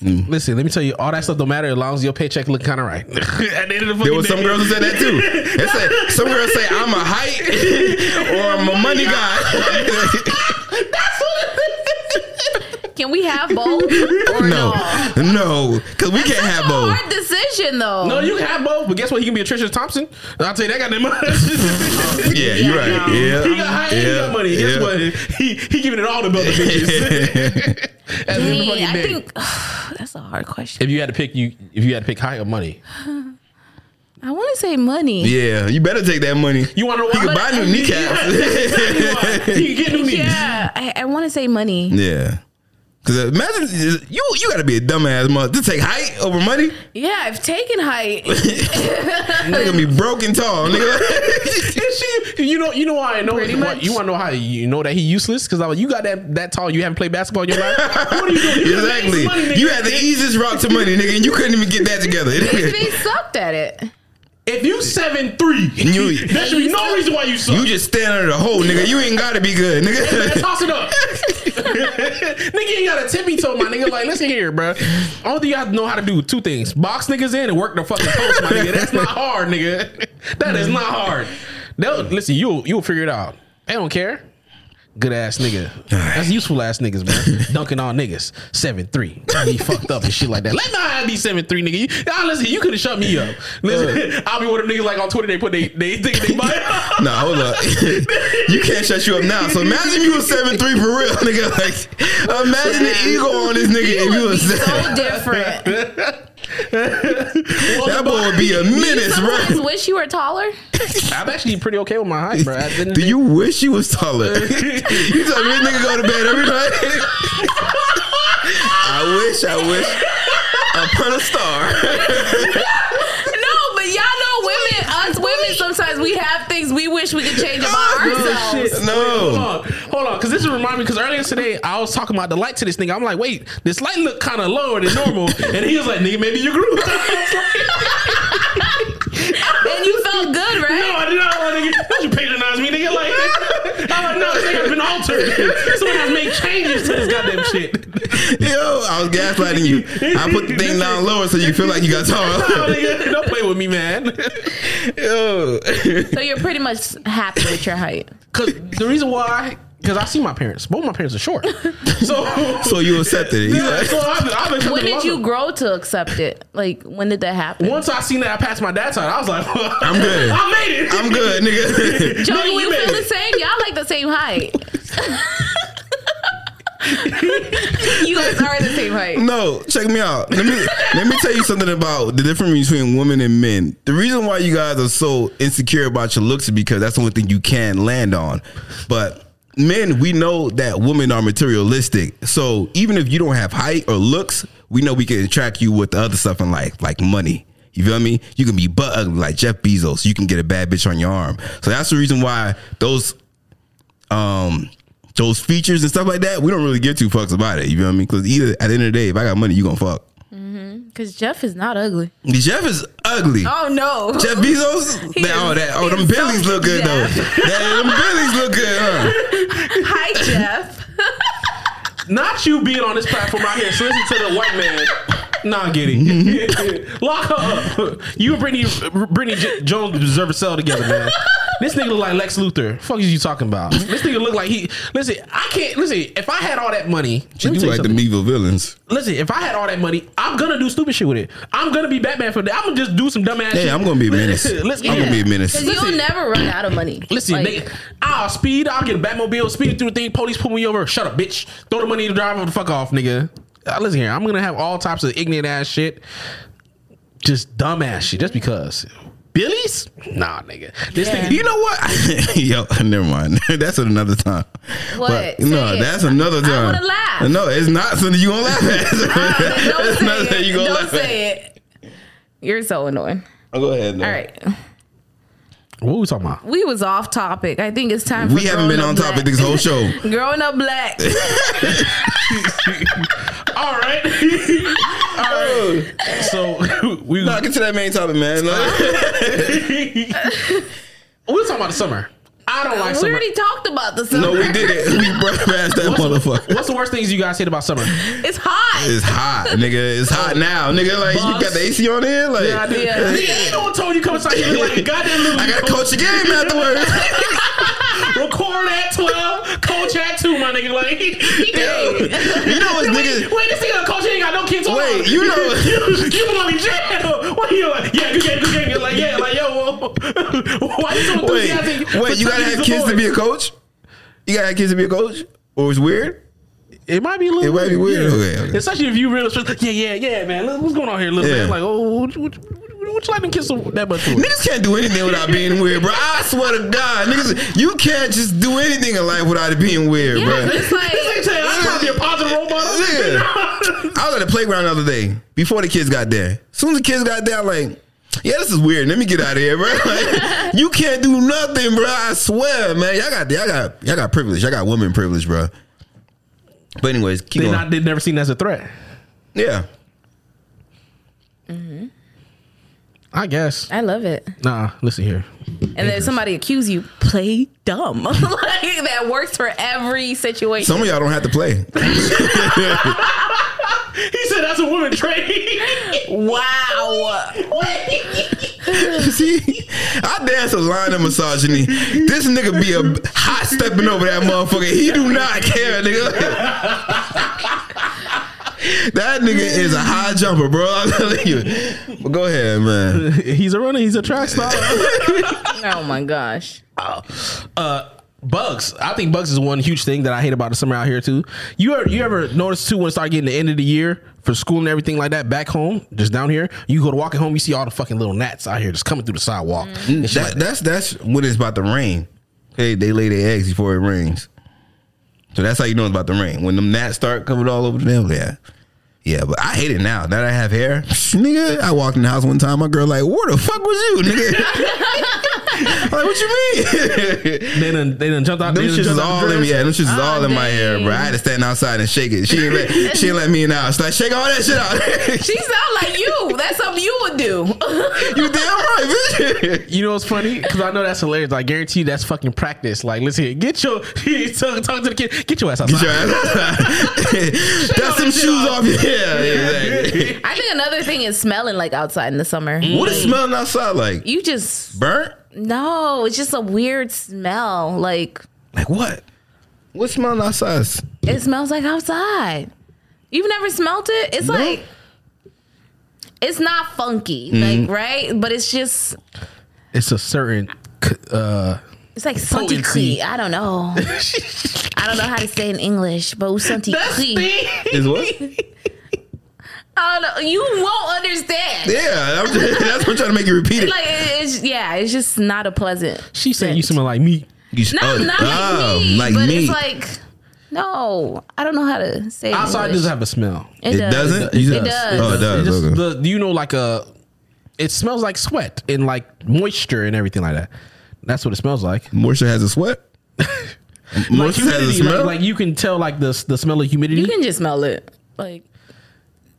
Speaker 3: Listen, let me tell you, all that stuff don't matter as long as your paycheck look kind of right. At the end of the
Speaker 2: there
Speaker 3: fucking
Speaker 2: was some
Speaker 3: day.
Speaker 2: girls who said that too. They said some girls say I'm a height or I'm a money guy.
Speaker 4: Can we have both or no?
Speaker 2: no, no, because we can't have both.
Speaker 4: Hard decision, though.
Speaker 3: No, you can have both, but guess what? He can be a Trisha Thompson. I'll tell you that goddamn much.
Speaker 2: Yeah, you're right.
Speaker 3: He
Speaker 2: Yeah,
Speaker 3: got high and he got money. Guess
Speaker 2: yeah.
Speaker 3: what? He he giving it all to building bitches. At the end of the
Speaker 4: Dang,
Speaker 3: fucking
Speaker 4: I
Speaker 3: day.
Speaker 4: think that's a hard question.
Speaker 3: if you had to pick, you if you had to pick high or money,
Speaker 4: I want to say money.
Speaker 2: Yeah, you better take that money.
Speaker 3: you want to
Speaker 2: He could buy new kneecaps.
Speaker 3: You can get new knees.
Speaker 2: Mm.
Speaker 4: Yeah, I, I want to say money.
Speaker 2: yeah. Cause imagine you you gotta be a dumbass mother to take height over money.
Speaker 4: Yeah, I've taken height.
Speaker 2: You're gonna be broken tall, nigga.
Speaker 3: Is she, you know, you know why I know.
Speaker 4: Pretty
Speaker 3: why-
Speaker 4: much.
Speaker 3: You want to know how you know that he useless? Because I was, you got that that tall. You haven't played basketball in your life. What are you doing? You gotta make
Speaker 2: exactly.
Speaker 3: some money, nigga.
Speaker 2: you had the easiest route to money, nigga, and you couldn't even get that together.
Speaker 4: they
Speaker 2: you
Speaker 4: sucked at it.
Speaker 3: If you seven three,
Speaker 2: You-
Speaker 3: there should be no reason why you suck.
Speaker 2: just stand under the hole, nigga. You ain't gotta be good,
Speaker 3: Man,
Speaker 2: nigga.
Speaker 3: toss it up. nigga ain't got a tippy toe, my nigga. Like, listen here, bro. Only thing you have to know how to do two things: box niggas in and work the fucking post, my nigga. That's not hard, nigga. That is not hard. They'll listen. You you'll figure it out. They don't care. Good ass nigga. That's useful ass niggas, man. Dunking on niggas. Seven three. Be fucked up and shit like that. Let my be seven three, nigga. You, nah, listen, you could have shut me up. Listen, I'll be one of them niggas like on Twitter. They put they they think they buy.
Speaker 2: Nah, hold up. you can't shut you up now. So imagine you was seven three for real, nigga. Like, imagine the ego on this nigga if you
Speaker 4: Be
Speaker 2: was
Speaker 4: so different.
Speaker 2: that boy would be a menace,
Speaker 4: Sometimes
Speaker 2: bro.
Speaker 4: wish you were taller.
Speaker 3: I'm actually pretty okay with my height, bro. I didn't
Speaker 2: Do you wish you was taller? you tell me this nigga go to bed every night. I wish, I wish. Upon a star.
Speaker 4: No, but y'all know women, us women, sometimes we have things we wish we could change about
Speaker 2: Oh,
Speaker 4: ourselves.
Speaker 2: No.
Speaker 3: Hold on, hold on, because this is reminding me. Because earlier today, I was talking about the light to this nigga. I'm like, wait, this light look kind of lower than normal, and he was like, nigga, maybe you grew.
Speaker 4: And you felt good,
Speaker 3: no,
Speaker 4: right?
Speaker 3: I did not, like, nigga. Don't you patronize me, nigga? Like, I'm like, no, this nigga's been altered. Someone has made changes to this goddamn shit.
Speaker 2: Yo, I was gaslighting you. I put the thing down lower so you feel like you got
Speaker 3: No,
Speaker 2: taller.
Speaker 3: nigga, don't play with me, man.
Speaker 2: Yo.
Speaker 4: So you're pretty much happy with your height.
Speaker 3: Because the reason why, because I see my parents. Both my parents are short, so.
Speaker 2: So you accepted it. You
Speaker 3: Yeah,
Speaker 2: like,
Speaker 3: so I've been, I've been
Speaker 4: When
Speaker 3: accepting
Speaker 4: did you
Speaker 3: longer.
Speaker 4: grow to accept it? Like, when did that happen?
Speaker 3: Once I seen that, I passed my dad's side. I was like,
Speaker 2: I'm good.
Speaker 3: I made it.
Speaker 2: I'm good, nigga.
Speaker 4: Joey,
Speaker 3: Nigga, you
Speaker 4: you
Speaker 3: made
Speaker 4: feel
Speaker 3: it.
Speaker 4: the same? Y'all like the same height. you guys are the same height.
Speaker 2: No, check me out. Let me let me tell you something about the difference between women and men. The reason why you guys are so insecure about your looks is because that's the only thing you can land on. But men, we know that women are materialistic. So even if you don't have height or looks, we know we can attract you with the other stuff in life, like money. You feel me? You can be butt ugly like Jeff Bezos. You can get a bad bitch on your arm. So that's the reason why those um those features and stuff like that, we don't really give two fucks about it. You feel me? Because either at the end of the day, if I got money, you gonna fuck.
Speaker 4: Because Jeff is not ugly.
Speaker 2: Jeff is ugly.
Speaker 4: Oh, no.
Speaker 2: Jeff Bezos,
Speaker 4: He
Speaker 2: that, oh
Speaker 4: is-
Speaker 2: that, oh
Speaker 4: he
Speaker 2: them
Speaker 4: is
Speaker 2: billies
Speaker 4: so
Speaker 2: look good though.
Speaker 4: Jeff.
Speaker 2: That, them billies look good, huh?
Speaker 4: Hi, Jeff.
Speaker 3: Not you being on this platform out here. So listen to the white man. Nah, get it. Lock her up. You and Brittany, Brittany J- Jones deserve a cell together, man. This nigga look like Lex Luthor. Fuck is you talking about? This nigga look like he. Listen, I can't. Listen, if I had all that money,
Speaker 2: You
Speaker 3: let me tell you
Speaker 2: like the
Speaker 3: something.
Speaker 2: medieval villains.
Speaker 3: listen, if I had all that money, I'm gonna do stupid shit with it. I'm gonna be Batman for that. I'm gonna just do some dumb ass. shit.
Speaker 2: Yeah, I'm gonna be a menace.
Speaker 3: Let's-
Speaker 2: I'm gonna be a menace.
Speaker 4: Because you'll never run out of money.
Speaker 3: Listen,
Speaker 4: Like,
Speaker 3: nigga, I'll speed. I'll get a Batmobile, speed through the thing. Police pull me over. Shut up, bitch. Throw the money in the driver the fuck off, nigga. Uh, listen here. I'm gonna have all types of ignorant ass shit, just dumb ass shit, just because. Billy's? Nah, nigga. This
Speaker 4: Yeah.
Speaker 3: nigga.
Speaker 2: You know what? Yo, never mind. that's another time.
Speaker 4: What?
Speaker 2: But,
Speaker 4: Say
Speaker 2: no,
Speaker 4: it.
Speaker 2: that's another time.
Speaker 4: wanna laugh. Uh,
Speaker 2: No, it's not something you gonna laugh at.
Speaker 4: Don't
Speaker 2: That's
Speaker 4: say
Speaker 2: not
Speaker 4: it.
Speaker 2: something you gonna
Speaker 4: Don't
Speaker 2: laugh at.
Speaker 4: say it. You're so annoying.
Speaker 2: Oh, Go ahead.
Speaker 4: All right.
Speaker 3: What we talking about?
Speaker 4: We was off topic. I think it's time for
Speaker 2: We haven't
Speaker 4: Growing
Speaker 2: been
Speaker 4: Up
Speaker 2: on
Speaker 4: Black.
Speaker 2: topic this whole show.
Speaker 4: Growing up black.
Speaker 3: All right. all right. So we
Speaker 2: No, get to that main topic, man. No.
Speaker 3: we were talking about the summer. I don't like
Speaker 4: we
Speaker 3: summer.
Speaker 4: already talked about the summer.
Speaker 2: No, we did it. We bypassed that motherfucker.
Speaker 3: What's the worst things you guys hate about summer?
Speaker 4: It's hot.
Speaker 2: It's hot, nigga. It's hot now, nigga. Like you got the AC on there. Like
Speaker 3: Yeah, I did.
Speaker 4: Yeah.
Speaker 3: Nigga, you know what told you come inside? You look like a goddamn little.
Speaker 2: I gotta coach the game afterwards.
Speaker 3: Record at 12, coach at 2, my nigga. Like,
Speaker 2: you know what's
Speaker 3: Wait,
Speaker 2: niggas.
Speaker 3: wait, this nigga coach ain't got no kids. Hold
Speaker 2: Wait,
Speaker 3: on.
Speaker 2: you know-
Speaker 3: you, you belong in jail. What you like? Yeah, good game, good game. You're like, yeah, like yo, whoa. why you so enthusiastic?
Speaker 2: Wait, wait. You gotta have kids to be a coach. You gotta have kids to be a coach, or it's weird.
Speaker 3: It might be a little.
Speaker 2: It might be weird.
Speaker 3: yeah.
Speaker 2: Okay, okay.
Speaker 3: Especially if you real, yeah, yeah, yeah, man. Look, What's going on here, little
Speaker 2: Yeah.
Speaker 3: man? Like, oh, what, what, what, what you like to kiss that much for?
Speaker 2: Niggas can't do anything without being weird, bro. I swear to God, niggas, you can't just do anything in life without it being weird,
Speaker 4: Yeah,
Speaker 2: bro.
Speaker 4: it's like
Speaker 3: This nigga said, I be a positive role model.
Speaker 2: Yeah. I was at the playground the other day before the kids got there. As soon as the kids got there, I'm like, yeah, this is weird. Let me get out of here, bro. Like, you can't do nothing, bro. I swear, man. Y'all got, y'all got, y'all got privilege. Y'all got women privilege, bro. But anyways, keep
Speaker 3: They
Speaker 2: going.
Speaker 3: not they never seen that as a threat.
Speaker 2: yeah,
Speaker 3: I guess.
Speaker 4: I love it.
Speaker 3: Nah, listen here.
Speaker 4: And then somebody accuse you, play dumb. like that works for every situation.
Speaker 2: some of y'all don't have to play.
Speaker 3: He said that's a woman trait.
Speaker 4: wow.
Speaker 2: See, I dance a line of misogyny. This nigga be a hot stepping over that motherfucker. He do not care, nigga. That nigga is a high jumper, bro. I'm telling you. But go ahead, man.
Speaker 3: he's a runner. He's a track star.
Speaker 4: Oh my gosh.
Speaker 3: Uh, bugs. I think bugs is one huge thing that I hate about the summer out here too. You ever, you ever notice too when it start getting the end of the year for school and everything like that back home, just down here. You go to walking home, you see all the fucking little gnats out here just coming through the sidewalk.
Speaker 2: Mm-hmm.
Speaker 3: And shit
Speaker 2: Mm, That, that's that's when it's about to rain. Hey, they lay their eggs before it rains. So that's how you know it's about to rain. When them gnats start coming all over them, yeah. Yeah, but I hate it now. Now that I have hair, nigga, I walked in the house one time. My girl like, where the fuck was you, nigga? I'm like, what you mean?
Speaker 3: They done, they done jumped out.
Speaker 2: Them
Speaker 3: they done
Speaker 2: shits is
Speaker 3: jumped out
Speaker 2: all
Speaker 3: the
Speaker 2: in,
Speaker 3: dress. Ah,
Speaker 2: yeah. Them shits is all in my hair,
Speaker 4: dang.
Speaker 2: bro. I had to stand outside and shake it. She ain't let, she ain't let me in out. She's like, shake all that shit out.
Speaker 4: She sound like you. That's something you would do.
Speaker 2: you damn right, bitch.
Speaker 3: You know what's funny? Because I know that's hilarious. I guarantee you that's fucking practice. Like, listen here, get your talk, talk to the kid. Get your ass outside.
Speaker 2: Get your ass outside. That's some
Speaker 3: that shit
Speaker 2: shoes off. Yeah, yeah, exactly.
Speaker 4: I think another thing is smelling like outside in the summer.
Speaker 2: What is smelling outside like?
Speaker 4: You just
Speaker 2: Burnt?
Speaker 4: no, it's just a weird smell. Like
Speaker 2: Like what? What smelling outside?
Speaker 4: it smells like outside. You've never smelt it? It's like it's not funky,
Speaker 2: Mm-hmm.
Speaker 4: like right, but it's just
Speaker 3: It's a certain. c- Uh,
Speaker 4: it's like scenty
Speaker 3: Potency.
Speaker 4: cleat. I don't know. I don't know how to say it in English, but scenty cleat.
Speaker 2: Is what?
Speaker 4: I don't know. You won't understand.
Speaker 2: Yeah, I'm just, that's what I'm trying to make you repeat it.
Speaker 4: Like it- it's yeah, it's just not a pleasant.
Speaker 3: she said you smell like meat.
Speaker 2: You s-
Speaker 4: No,
Speaker 2: oh,
Speaker 4: not
Speaker 2: oh,
Speaker 4: like me. but
Speaker 2: me.
Speaker 4: it's like no, I don't know how to say it. in
Speaker 3: Outside
Speaker 4: English.
Speaker 3: does have a smell.
Speaker 2: it doesn't. You
Speaker 4: It
Speaker 2: said-
Speaker 4: does.
Speaker 2: Oh, it
Speaker 3: It
Speaker 2: does.
Speaker 3: just,
Speaker 2: okay.
Speaker 3: the, you know, like a, it smells like sweat and like moisture and everything like that. That's what it smells like.
Speaker 2: Moisture has a sweat.
Speaker 3: Like
Speaker 2: Moisture has a
Speaker 3: humidity,
Speaker 2: smell.
Speaker 3: like, like you can tell like the the smell of humidity.
Speaker 4: You can just smell it. Like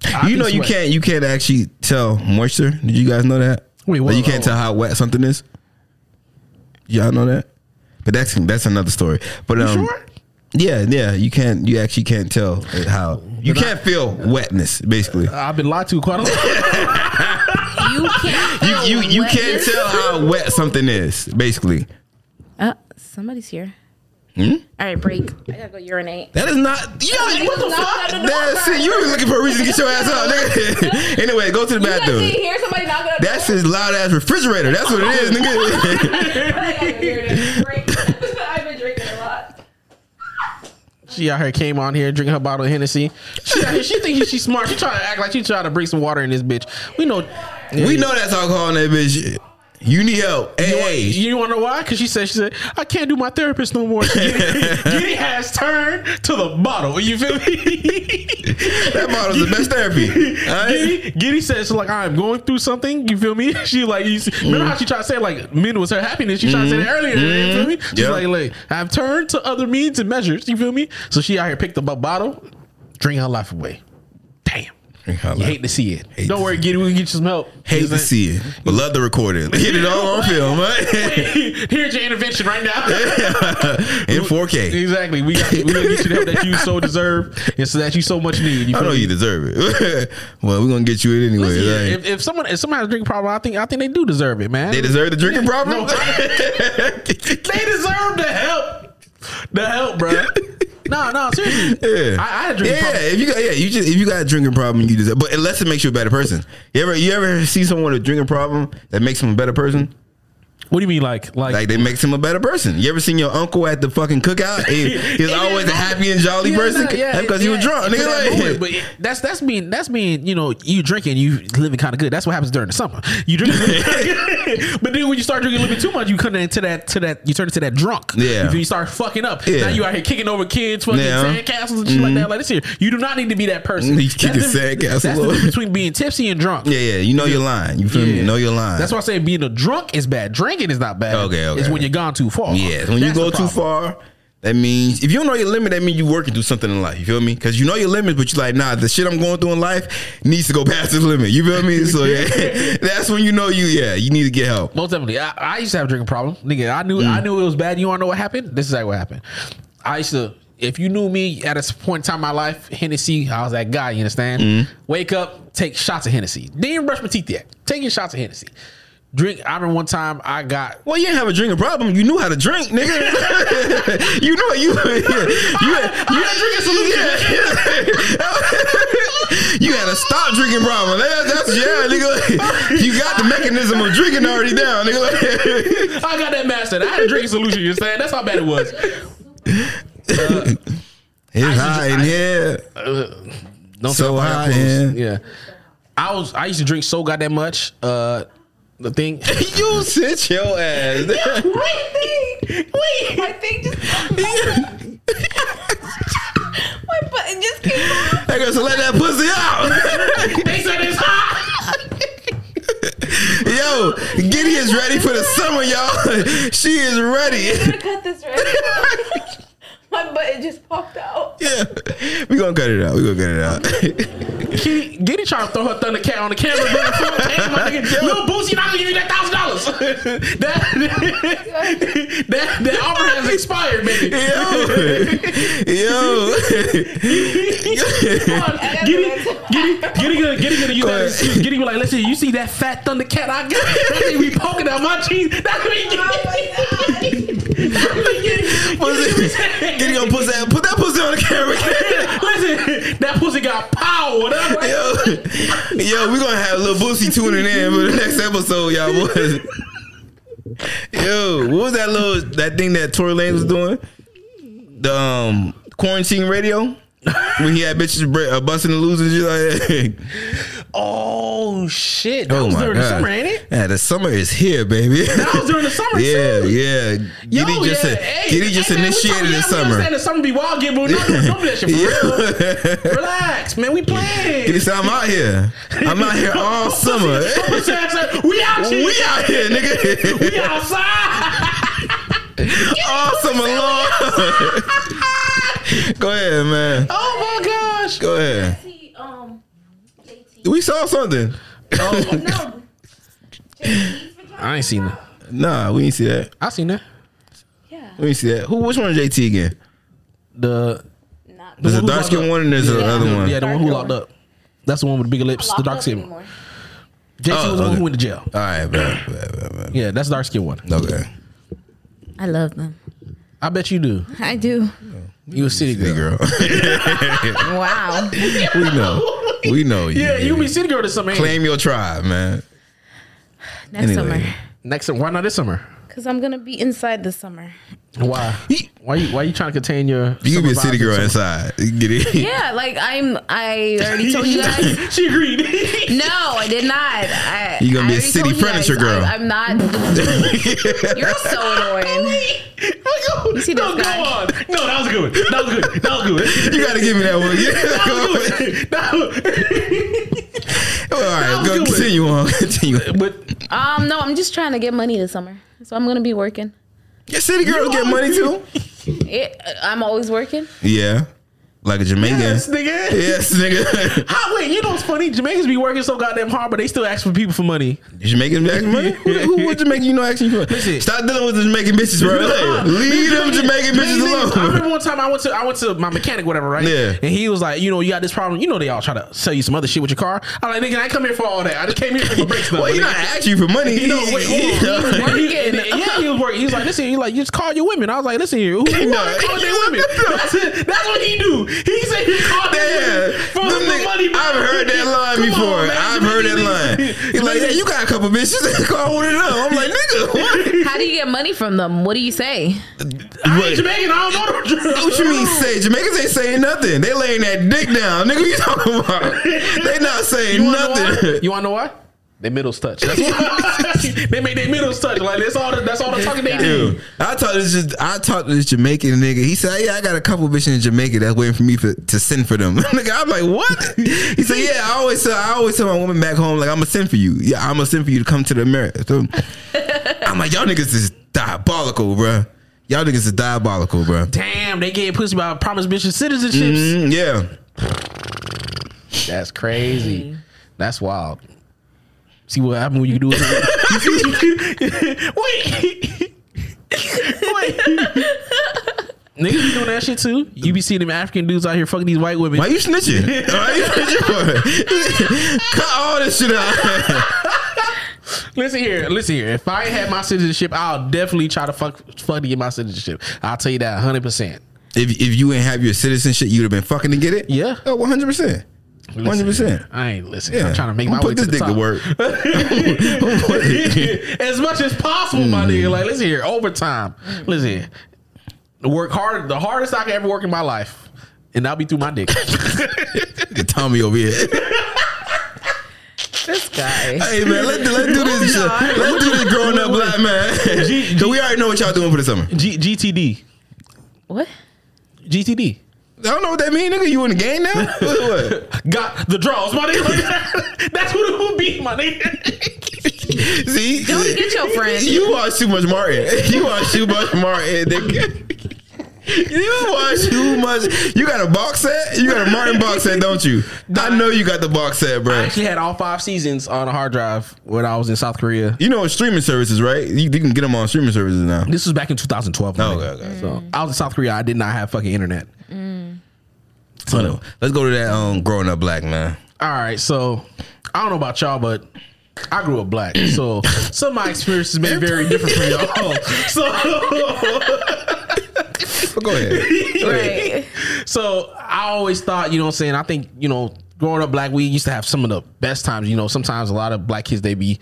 Speaker 3: I
Speaker 2: you
Speaker 3: can
Speaker 2: know you
Speaker 3: sweat.
Speaker 2: can't you can't actually tell moisture. Did you guys know that?
Speaker 3: Wait,
Speaker 2: Like,
Speaker 3: what-
Speaker 2: you can't
Speaker 3: oh.
Speaker 2: tell how wet something is. Y'all know that, but that's that's another story. But um,
Speaker 3: sure?
Speaker 2: yeah, yeah, you can't you actually can't tell it how you can't feel wetness basically.
Speaker 3: I've been lied to quite a lot.
Speaker 4: you can't.
Speaker 2: You you you can't
Speaker 4: wetness.
Speaker 2: tell how wet something is basically.
Speaker 4: Uh, somebody's here. All right, break. I gotta go urinate.
Speaker 2: That is not. You gotta-
Speaker 4: What the fuck?
Speaker 2: that's it. You were looking for a reason to get your ass out. nigga. anyway, go to the
Speaker 4: You guys
Speaker 2: bathroom.
Speaker 4: didn't hear somebody knocking on the
Speaker 2: That's his loud ass refrigerator. That's what it is, nigga.
Speaker 4: door? Break. I've been drinking a lot.
Speaker 3: she out here came on here drinking her bottle of Hennessy. She out here, she thinks she's smart. She trying to act like she trying to bring some water in this bitch. We know.
Speaker 2: We know that's alcohol in that bitch. You need help. Hey, hey.
Speaker 3: You want to know why? Because she said, she said, I can't do my therapist no more. Giddy has turned to the bottle. You feel me?
Speaker 2: that bottle's the best therapy. Alright?
Speaker 3: Giddy, Giddy says, like, I'm going through something. You feel me? She like, you see, remember how she tried to say, like, men was her happiness? She tried to say that
Speaker 2: Mm-hmm.
Speaker 3: earlier. You feel me? She's
Speaker 2: Yeah.
Speaker 3: like, like, I've turned to other means and measures. You feel me? So she out here picked up a bottle, drink her life away. Damn. You hate to see it.
Speaker 2: Hate
Speaker 3: Don't
Speaker 2: to
Speaker 3: worry, Giddy, we can get you some help.
Speaker 2: Hate to see it, but love the recording. Get it all on film, right?
Speaker 3: Here's your intervention right now.
Speaker 2: In 4K.
Speaker 3: Exactly. We got, we gonna get you the help that you so deserve and so that you so much need. You
Speaker 2: I
Speaker 3: feel
Speaker 2: know
Speaker 3: me?
Speaker 2: you deserve it. well, we're gonna get you it anyway.
Speaker 3: Yeah,
Speaker 2: like,
Speaker 3: if, if someone if someone has a drinking problem, I think I think they do deserve it, man.
Speaker 2: they deserve the drinking problem.
Speaker 3: They deserve the help. The help, bro. no, no, seriously.
Speaker 2: Yeah,
Speaker 3: I, I had a drinking
Speaker 2: yeah.
Speaker 3: problem.
Speaker 2: If you got, yeah, you just if you got a drinking problem, you deserve. But unless it makes you a better person, you ever you ever see someone with a drinking problem that makes them a better person?
Speaker 3: What do you mean, like, like?
Speaker 2: Like they makes him a better person. You ever seen your uncle at the fucking cookout? He, he's
Speaker 3: It
Speaker 2: always
Speaker 3: is-
Speaker 2: a happy and jolly
Speaker 3: Yeah,
Speaker 2: person
Speaker 3: nah, yeah,
Speaker 2: because he was
Speaker 3: yeah,
Speaker 2: drunk.
Speaker 3: it's
Speaker 2: Nigga,
Speaker 3: that
Speaker 2: like,
Speaker 3: moment, but it- that's that's mean that's mean you know you drinking you living kind of good. That's what happens during the summer. You drink, but then when you start drinking a little bit too much, you come into that to that you turn into that drunk.
Speaker 2: Yeah.
Speaker 3: you, you start fucking up.
Speaker 2: Yeah.
Speaker 3: Now you out here kicking over kids, fucking
Speaker 2: Yeah. Mm-hmm.
Speaker 3: sandcastles and shit like that. Like this here, you do not need to be that person.
Speaker 2: He's kicking
Speaker 3: That's the-
Speaker 2: sandcastles
Speaker 3: That's the
Speaker 2: over.
Speaker 3: difference between being tipsy and drunk.
Speaker 2: yeah, yeah, you know your line. You feel me? You know your line.
Speaker 3: That's why I say being a drunk is bad. Drinking is not bad.
Speaker 2: Okay, okay.
Speaker 3: It's when you're gone too far.
Speaker 2: Yeah, when
Speaker 3: That's
Speaker 2: you go
Speaker 3: the
Speaker 2: too
Speaker 3: problem.
Speaker 2: far, that means if you don't know your limit, that means you working through something in life. You feel me? Because you know your limits, but you're like, nah, the shit I'm going through in life needs to go past this limit. You feel me? So yeah, that's when you know you yeah you need to get help.
Speaker 3: Most definitely. I, I used to have a drinking problem. Nigga, I knew I
Speaker 2: Mm.
Speaker 3: knew it was bad. You wanna know what happened? This is like what happened. I used to if you knew me at a point in time in my life, Hennessy, I was that guy, you understand?
Speaker 2: Mm-hmm.
Speaker 3: Wake up, take shots of Hennessy. Didn't even brush my teeth yet. Taking shots of Hennessy. Drink I remember one time I got
Speaker 2: Well, you didn't have a drinking problem. You knew how to drink, nigga. you know you yeah, you had, you had drinking solution. you had a stop drinking problem. That- that's yeah, nigga. You got the mechanism of drinking already down, nigga.
Speaker 3: I got that mastered. I had a drinking solution, you understand? That's how bad it was.
Speaker 2: It's high in here. So
Speaker 3: Don't so high,
Speaker 2: high,
Speaker 3: yeah.
Speaker 2: yeah.
Speaker 3: I was I used to drink so goddamn much. Uh the thing
Speaker 2: You sit your ass.
Speaker 4: Wait, wait, my thing just my button just came out.
Speaker 2: I gotta let that pussy out.
Speaker 3: they said it's hot.
Speaker 2: Yo, Giddy is ready for the summer, y'all. She is ready.
Speaker 4: Gotta cut this right. my button just popped out.
Speaker 2: Yeah. We gonna cut it out. We gonna cut it out.
Speaker 3: Kitty, Giddy trying to throw her Thundercat on the camera, bro. Damn, my nigga. Lil Boosie, not gonna give you that thousand dollars. That that that offer has expired, baby.
Speaker 2: Yo. Yo.
Speaker 3: Giddy, Giddy, Giddy, gonna, Giddy gonna use
Speaker 2: Go
Speaker 3: that
Speaker 2: ahead.
Speaker 3: excuse. Giddy be like, listen, you see that fat Thundercat I got? That thing be poking out my cheese. That's what he
Speaker 2: Pussy. Giddy gonna put that, put that pussy on the camera.
Speaker 3: Listen, that pussy got power. That
Speaker 2: Yo, yo, we gonna have Lil Boosie tuning in for the next episode, y'all. Boys. Yo, what was that little that thing that Tory Lanez was doing? The um, quarantine radio when he had bitches bre- uh, busting and losing shit like that.
Speaker 3: oh shit, that was during the summer, ain't it?
Speaker 2: Yeah, the summer is here, baby.
Speaker 3: That was during the summer.
Speaker 2: yeah,
Speaker 3: too.
Speaker 2: yeah.
Speaker 3: Yo,
Speaker 2: Giddy just
Speaker 3: yeah,
Speaker 2: said,
Speaker 3: hey,
Speaker 2: Giddy just
Speaker 3: hey, man, we
Speaker 2: initiated the
Speaker 3: talking- yeah, we
Speaker 2: summer.
Speaker 3: understand the summer be wild, get but we're not gonna do that shit for real. Relax, man. We
Speaker 2: Giddy
Speaker 3: playing.
Speaker 2: said, I'm out here. I'm out here all summer.
Speaker 3: Pussy ass ass. we out here.
Speaker 2: we out here, nigga.
Speaker 3: We outside.
Speaker 2: awesome alone. Go ahead, man.
Speaker 3: Oh my gosh.
Speaker 2: Go ahead.
Speaker 4: See, um, JT.
Speaker 2: We saw something.
Speaker 4: No. JT's vagina.
Speaker 3: I ain't seen that.
Speaker 2: Nah, we ain't see that.
Speaker 3: I seen that.
Speaker 4: Yeah.
Speaker 2: We ain't see that. Who? Which one is JT again?
Speaker 3: The
Speaker 4: Not
Speaker 2: There's a
Speaker 3: Who
Speaker 2: dark skin
Speaker 3: locked up?
Speaker 2: one and there's
Speaker 4: Yeah.
Speaker 2: another one.
Speaker 3: yeah, the one who locked up. That's the one with the bigger lips. The
Speaker 4: locked
Speaker 3: dark
Speaker 4: up
Speaker 3: skin one.
Speaker 4: anymore.
Speaker 3: JT
Speaker 2: Oh,
Speaker 3: was the one
Speaker 2: okay.
Speaker 3: who went to jail.
Speaker 2: All right, man. man, man, man.
Speaker 3: Yeah, that's the dark skin one.
Speaker 2: Okay.
Speaker 1: I love them.
Speaker 3: I bet you do.
Speaker 1: I do.
Speaker 3: You a city
Speaker 2: Hey,
Speaker 3: girl.
Speaker 2: girl.
Speaker 1: Wow.
Speaker 2: we know. We know you.
Speaker 3: Yeah, you be city girl this summer. ain't you?
Speaker 2: Claim your tribe, man.
Speaker 1: Next
Speaker 2: Anyway.
Speaker 1: summer.
Speaker 3: Next, summer. why not this summer?
Speaker 1: Because I'm going to be inside this summer.
Speaker 3: Why? Why you? Why you trying to contain your?
Speaker 2: You can be a
Speaker 3: summer
Speaker 2: city
Speaker 3: vibes
Speaker 2: girl
Speaker 3: this
Speaker 2: inside. Get it?
Speaker 1: Yeah, like I'm, I already told you guys.
Speaker 3: summer? she agreed.
Speaker 1: No, I did not. I,
Speaker 2: You gonna be
Speaker 1: I already
Speaker 2: a city
Speaker 1: told you guys,
Speaker 2: furniture girl.
Speaker 1: I, am not. You're so annoying.
Speaker 3: You
Speaker 1: see this
Speaker 3: no, go
Speaker 1: guy?
Speaker 3: on. No, that was a good. one. That was good. That was good.
Speaker 2: You gotta give me that one.
Speaker 3: That was
Speaker 2: Yeah.
Speaker 3: good. That was-
Speaker 2: All right,
Speaker 3: was
Speaker 2: go
Speaker 3: good.
Speaker 2: continue on. Continue.
Speaker 3: But
Speaker 1: Um, no, I'm just trying to get money this summer, so I'm gonna be working.
Speaker 2: Your city girls get money too.
Speaker 1: It, I'm always working.
Speaker 2: Yeah, like a Jamaican.
Speaker 3: yes, nigga.
Speaker 2: Yes, nigga.
Speaker 3: How, wait, you know what's funny? Jamaicans be working so goddamn hard, but they still ask for people for money.
Speaker 2: Jamaican back money? Who, who what Jamaican you know asking you for?
Speaker 3: Listen.
Speaker 2: Stop dealing with the Jamaican bitches, bro. Like, leave them Jamaican bitches
Speaker 3: I
Speaker 2: alone.
Speaker 3: remember one time I went to I went to my mechanic, whatever, right?
Speaker 2: Yeah.
Speaker 3: And he was like, you know, you got this problem. You know, they all try to sell you some other shit with your car. I'm like, nigga, I ain't come here for all that. I just came here for my brakes.
Speaker 2: Well, he not asking you for money.
Speaker 3: You know, wait, hold on.
Speaker 2: Yeah.
Speaker 3: And he- and- and- yeah, he was working. He's like, listen, he like, you just call your women. I was like, listen, here, who, who
Speaker 2: No.
Speaker 3: wanna call their women? That's, it. That's what he do. He said he called
Speaker 2: Yeah,
Speaker 3: that nigga for
Speaker 2: Them
Speaker 3: the
Speaker 2: nigga-
Speaker 3: money.
Speaker 2: I've heard that line
Speaker 3: Come on,
Speaker 2: before.
Speaker 3: man.
Speaker 2: I've heard that line. He's like, yeah, you got a couple bitches that call one of them. I'm like, nigga, what?
Speaker 4: How do you get money from them? What do you say?
Speaker 3: I ain't Jamaican. I don't know them drugs.
Speaker 2: What you mean say? Jamaicans ain't saying nothing. They laying that dick down. Nigga, you talking about? They not saying
Speaker 3: You wanna know why?
Speaker 2: nothing.
Speaker 3: You want to know why? They middles touch. That's why. they make their middles touch. Like that's all. That's all the talking they do.
Speaker 2: Ew. I talked to this I talked to this Jamaican nigga. He said, "Yeah, I got a couple bitches in Jamaica that's waiting for me for, to send for them." nigga, I'm like, "What?" He said, "Yeah, I always tell I always tell my woman back home like I'm gonna send for you. Yeah, I'm gonna send for you to come to the America." So, I'm like, "Y'all niggas is diabolical, bruh. Y'all niggas is diabolical, bruh."
Speaker 3: Damn, they gave pussy by promised bitches citizenships.
Speaker 2: Mm, yeah.
Speaker 3: That's crazy. That's wild. See what happened when you do it. Wait. Wait. Niggas be doing that shit too. You be seeing them African dudes out here fucking these white women.
Speaker 2: Why you snitching? Why you snitching for? Cut all this shit out.
Speaker 3: Listen here, listen here. If I had my citizenship, I'll definitely try to fuck fuck to get my citizenship. I'll tell you that hundred percent.
Speaker 2: If if you ain't have your citizenship, you'd have been fucking to get it.
Speaker 3: Yeah.
Speaker 2: oh, one hundred percent, one hundred percent.
Speaker 3: I ain't listening.
Speaker 2: Yeah,
Speaker 3: I'm trying to make
Speaker 2: I'ma
Speaker 3: my
Speaker 2: put
Speaker 3: way
Speaker 2: this
Speaker 3: to the
Speaker 2: dick
Speaker 3: top.
Speaker 2: to work.
Speaker 3: as much as possible, my nigga.
Speaker 2: Mm-hmm.
Speaker 3: Like, listen here, overtime. Listen, here. work hard. The hardest I can ever work in my life, and that'll be through my dick.
Speaker 2: Tommy over here.
Speaker 4: This guy.
Speaker 2: Hey man, let's let's do this.
Speaker 4: Moving on.
Speaker 2: Let's do this growing up black man. So we already know what y'all doing for the summer. I
Speaker 3: G- GTD,
Speaker 4: What?
Speaker 3: GTD.
Speaker 2: don't know what that mean, nigga. You in the game now? What? what?
Speaker 3: Got the draws, my nigga. That's what it would be, my nigga.
Speaker 2: See,
Speaker 4: Go to get your friend.
Speaker 2: You watch too much Martin. You watch too much Martin. nigga. You watch too much. You got a box set. You got a Martin box set, don't you? I know you got the box set, bro.
Speaker 3: I actually had all five seasons on a hard drive when I was in South Korea.
Speaker 2: You know streaming services, right? You, you can get them on streaming services now.
Speaker 3: This was back in 2012. my
Speaker 2: Oh,
Speaker 3: nigga.
Speaker 2: okay, okay.
Speaker 3: So I was in South Korea. I did not have fucking internet.
Speaker 2: So, no, let's go to that um, growing up black man.
Speaker 3: All right, so I don't know about y'all, but I grew up black, so some of my experiences may be very different from y'all. So,
Speaker 2: But go ahead.
Speaker 4: Right.
Speaker 3: so I always thought, you know, what I'm saying, I think, you know, growing up black, we used to have some of the best times. You know, sometimes a lot of black kids they be,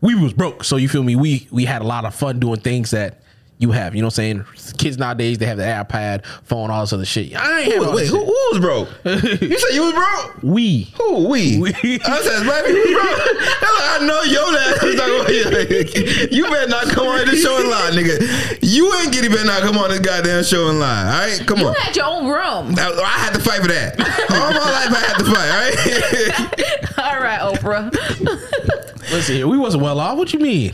Speaker 3: we was broke, so you feel me? We we had a lot of fun doing things that. You have, you know what I'm saying? Kids nowadays, they have the iPad, phone, all this other shit. I ain't have all
Speaker 2: Wait,
Speaker 3: this
Speaker 2: who, who was broke? You said you was broke.
Speaker 3: shit. We.
Speaker 2: Who we?
Speaker 3: We.
Speaker 2: I said black people broke. Hell, I know your ass is not going to. You better not come on this show and lie, nigga. You ain't getting better not come on this goddamn show and lie. All right, come
Speaker 4: You
Speaker 2: on.
Speaker 4: had your own room.
Speaker 2: I, I had to fight for that. All my life, I had to fight. All right.
Speaker 4: All right, Oprah.
Speaker 3: Listen here, we wasn't well off. What you mean?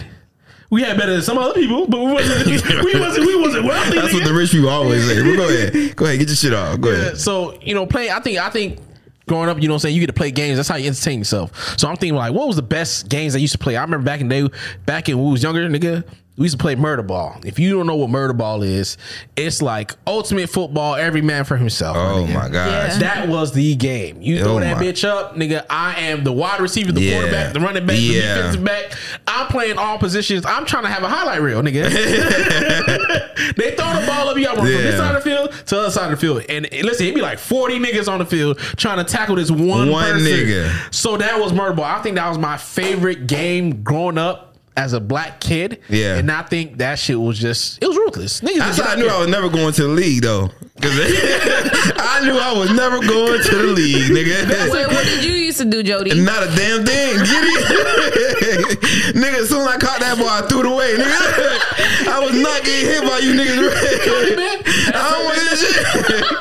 Speaker 3: We had better than some other people, but we wasn't. we wasn't. We wasn't wealthy.
Speaker 2: That's what the
Speaker 3: nigga.
Speaker 2: rich people always say. Well, go ahead. Go ahead. Get your shit off. Go ahead.
Speaker 3: So you know, play. I think. I think. Growing up, you know, what I'm saying you get to play games. That's how you entertain yourself. So I'm thinking, like, what was the best games I used to play? I remember back in the day, back in when we was younger, nigga, we used to play murder ball. If you don't know what murder ball is, it's like ultimate football, every man for himself. my
Speaker 2: Oh,
Speaker 3: nigga.
Speaker 2: my gosh.
Speaker 4: Yeah.
Speaker 3: That was the game. You throw
Speaker 2: Oh
Speaker 3: that
Speaker 2: my.
Speaker 3: bitch up, nigga. I am the wide receiver, the
Speaker 2: Yeah.
Speaker 3: quarterback, the running back,
Speaker 2: Yeah.
Speaker 3: the defensive back. I'm playing all positions. I'm trying to have a highlight reel, nigga. they throw the ball up, y'all run from this
Speaker 2: Yeah.
Speaker 3: side of the field to the other side of the field. And eh, listen, it'd be like 40 niggas on the field trying to tackle this one,
Speaker 2: One
Speaker 3: person.
Speaker 2: nigga.
Speaker 3: So that was murder ball. I think that was my favorite game growing up. As a black kid,
Speaker 2: Yeah.
Speaker 3: and I think that shit was just it was ruthless. Niggas,
Speaker 2: That's
Speaker 3: was
Speaker 2: how I
Speaker 3: out
Speaker 2: knew
Speaker 3: there.
Speaker 2: I was never going to the league, though. 'Cause I knew I was never going to the league, nigga.
Speaker 4: Wait, what did you used to do, Jody?
Speaker 2: Not a damn thing. Get it? nigga, as soon as I caught that ball, I threw it away, nigga. I was not getting hit by you niggas. I don't want this shit.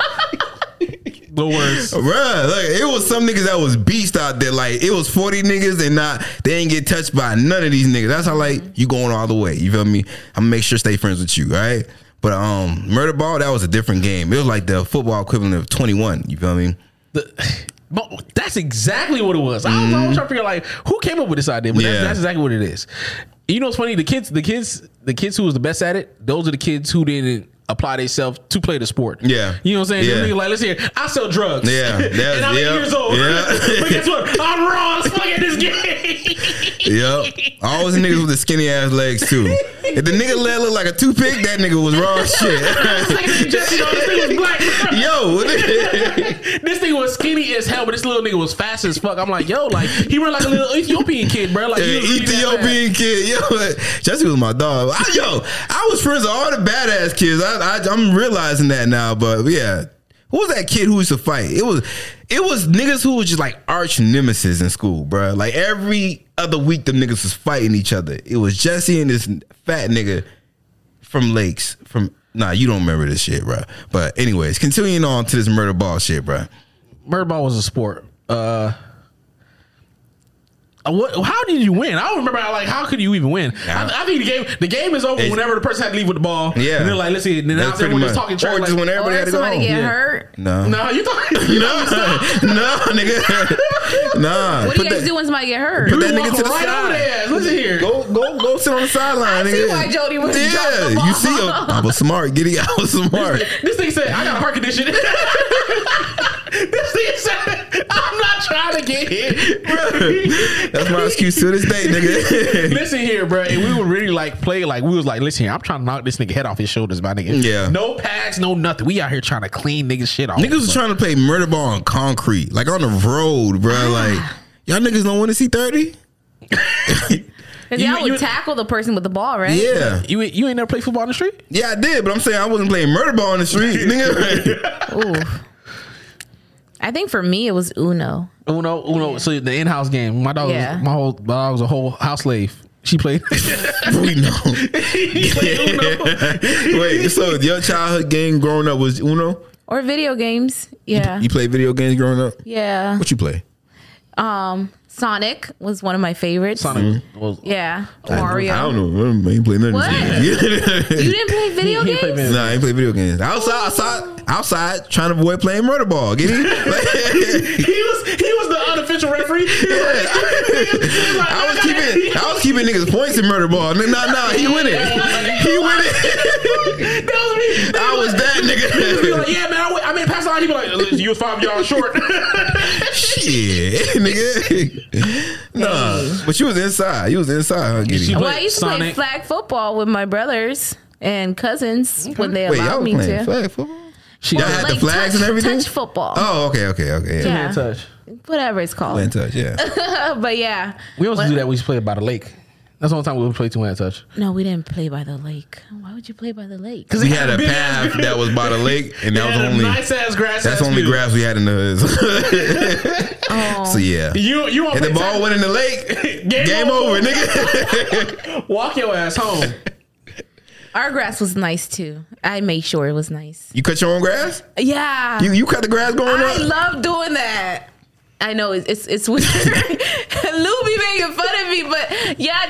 Speaker 3: the worst.
Speaker 2: Bruh, like, it was some niggas that was beast out there. Like, it was 40 niggas and not, they ain't get touched by none of these niggas. That's how, like, you going all the way. You feel me? I'm gonna make sure stay friends with you, all right? But, um, Murder Ball, that was a different game. It was like the football equivalent of 21. You feel me?
Speaker 3: the, but that's exactly what it was. I was always trying to figure like who came up with this idea, but
Speaker 2: Mm-hmm. Yeah.
Speaker 3: that's, that's exactly what it is. You know, it's funny the kids, the kids, the kids who was the best at it. Those are the kids who didn't apply themselves to play the sport.
Speaker 2: Yeah.
Speaker 3: you know what I'm saying.
Speaker 2: Yeah.
Speaker 3: Them niggas like, listen here, I sell drugs.
Speaker 2: Yeah, that's-
Speaker 3: and I'm eight
Speaker 2: yeah,
Speaker 3: years old.
Speaker 2: yeah.
Speaker 3: but guess what? I'm wrong. as fuck at this game.
Speaker 2: Yep. Always niggas with the skinny ass legs too. If the nigga leg looked like a toothpick, that nigga was raw as shit.
Speaker 3: Just, you know, this thing was black.
Speaker 2: Yo,
Speaker 3: This thing was skinny as hell, but this little nigga was fast as fuck. I'm like, yo, like he run like a little Ethiopian kid, bro. Like he was really that
Speaker 2: Ethiopian kid. Yo, Jesse was my dog. I, yo, I was friends with all the badass kids. I, I, I'm realizing that now, but yeah. Who was that kid who used to fight? It was, it was niggas who was just like arch nemesis in school, bruh. Like every other week, them niggas was fighting each other. It was Jesse and this fat nigga from Lakes. From nah, you don't remember this shit, bruh. But anyways, continuing on to this murder ball shit, bruh.
Speaker 3: bad. Murder ball was a sport. Uh, uh, what? How did you win? I don't remember. How, like, how could you even win?
Speaker 2: Yeah.
Speaker 3: I, I think the game the game is over
Speaker 2: It's-
Speaker 3: whenever the person had to leave with the ball.
Speaker 2: Yeah.
Speaker 3: and they're like, let's see. And then
Speaker 2: That's
Speaker 3: now
Speaker 2: pretty
Speaker 3: everyone just
Speaker 2: much.
Speaker 3: talking trash.
Speaker 2: or just
Speaker 3: like, oh,
Speaker 2: when everybody
Speaker 4: or
Speaker 2: had to go
Speaker 4: somebody
Speaker 2: home.
Speaker 4: get
Speaker 2: Yeah.
Speaker 4: hurt.
Speaker 2: No.
Speaker 3: no, you talking? You
Speaker 2: No, no, nigga. Nah.
Speaker 4: What do
Speaker 2: Put
Speaker 4: you guys
Speaker 2: that-
Speaker 4: do when somebody get hurt?
Speaker 2: put
Speaker 3: walk
Speaker 2: that nigga to the
Speaker 3: right over
Speaker 2: side.
Speaker 3: there. Listen here.
Speaker 2: Go, go, go sit on the sideline,
Speaker 4: I
Speaker 2: nigga.
Speaker 4: see why Jody was dropping the
Speaker 2: Yeah,
Speaker 4: ball.
Speaker 2: you see, him. I was smart. Giddy, I was smart.
Speaker 3: This thing said, I got a heart condition. this thing said, I'm not trying to get hit.
Speaker 2: That's my excuse to this day, nigga.
Speaker 3: Listen here, bro. And we would really like play like we was like, listen here, I'm trying to knock this nigga head off his shoulders, my nigga.
Speaker 2: Yeah.
Speaker 3: No pads, no nothing. We out here trying to clean niggas shit off.
Speaker 2: Niggas was trying to play murder ball on concrete, like on the road,
Speaker 4: Ah.
Speaker 2: bro. Like y'all niggas don't want to see thirty.
Speaker 4: Because
Speaker 3: You-
Speaker 4: y'all would
Speaker 3: you-
Speaker 4: tackle the person with the ball, right?
Speaker 2: Yeah,
Speaker 3: you ain't- you ain't never played football in the street?
Speaker 2: yeah, I did, but I'm saying I wasn't playing murder ball on the street, nigga.
Speaker 4: Ooh. I think for me it was Uno.
Speaker 3: Uno, Uno. So the in-house game. My dog,
Speaker 4: Yeah.
Speaker 3: was, my whole my dog was a whole house slave. She played.
Speaker 2: we know.
Speaker 3: He played Uno.
Speaker 2: Wait, so your childhood game growing up was Uno?
Speaker 4: Or video games. Yeah.
Speaker 2: You play video games growing up?
Speaker 4: Yeah.
Speaker 2: What you play?
Speaker 4: Um Sonic was one of my favorites.
Speaker 3: Sonic was-
Speaker 4: Yeah.
Speaker 2: I
Speaker 4: Mario.
Speaker 2: don't know. I ain't play none of these games.
Speaker 4: You didn't play video
Speaker 3: He- he played
Speaker 4: games?
Speaker 2: Nah, I ain't play video games. Outside, outside, outside, trying to avoid playing murder ball. Get it? Like,
Speaker 3: He was he was the unofficial referee. He was like,
Speaker 2: I was keeping, I was keeping niggas points in murder ball. Nah, nah, nah, he win it. He win it.
Speaker 3: That was me.
Speaker 2: I was that
Speaker 3: He be like,
Speaker 2: nigga.
Speaker 3: yeah, man, I, went, I made a pass the line. He be like, "Listen, you was five yards short.
Speaker 2: Shit, nigga. Nah, but you was inside. You was inside, huh, Giddy?
Speaker 3: She-
Speaker 4: Well, I used to play
Speaker 3: Sonic.
Speaker 4: flag football with my brothers and cousins when they
Speaker 2: Wait,
Speaker 4: allowed
Speaker 2: y'all was
Speaker 4: me
Speaker 2: playing
Speaker 4: to.
Speaker 2: flag football?
Speaker 3: she
Speaker 2: Y'all had the flags
Speaker 4: touch,
Speaker 2: and everything?
Speaker 4: Touch football.
Speaker 2: Oh, okay, okay, okay. Yeah.
Speaker 4: Yeah. Whatever it's called. Oh,
Speaker 2: Playing touch, yeah.
Speaker 4: but yeah.
Speaker 3: We also do that. We used to play by the lake. That's the only time we would play two hand touch.
Speaker 4: No, we didn't play by the lake. Why would you play by the lake?
Speaker 2: We had a path that was by the lake, and that was only
Speaker 3: nice ass grass.
Speaker 2: that's
Speaker 3: ass
Speaker 2: the only
Speaker 3: field.
Speaker 2: grass we had in the hood. so yeah,
Speaker 3: You you want
Speaker 2: if the ball went in the lake,
Speaker 3: Game,
Speaker 2: game over, nigga.
Speaker 3: Walk your ass home.
Speaker 4: Our grass was nice too. I made sure it was nice.
Speaker 2: You cut your own grass?
Speaker 4: Yeah.
Speaker 2: You you cut the grass going
Speaker 4: I
Speaker 2: up?
Speaker 4: love doing that. I know it's it's, it's weird. Lou be making fun of me, but yeah, I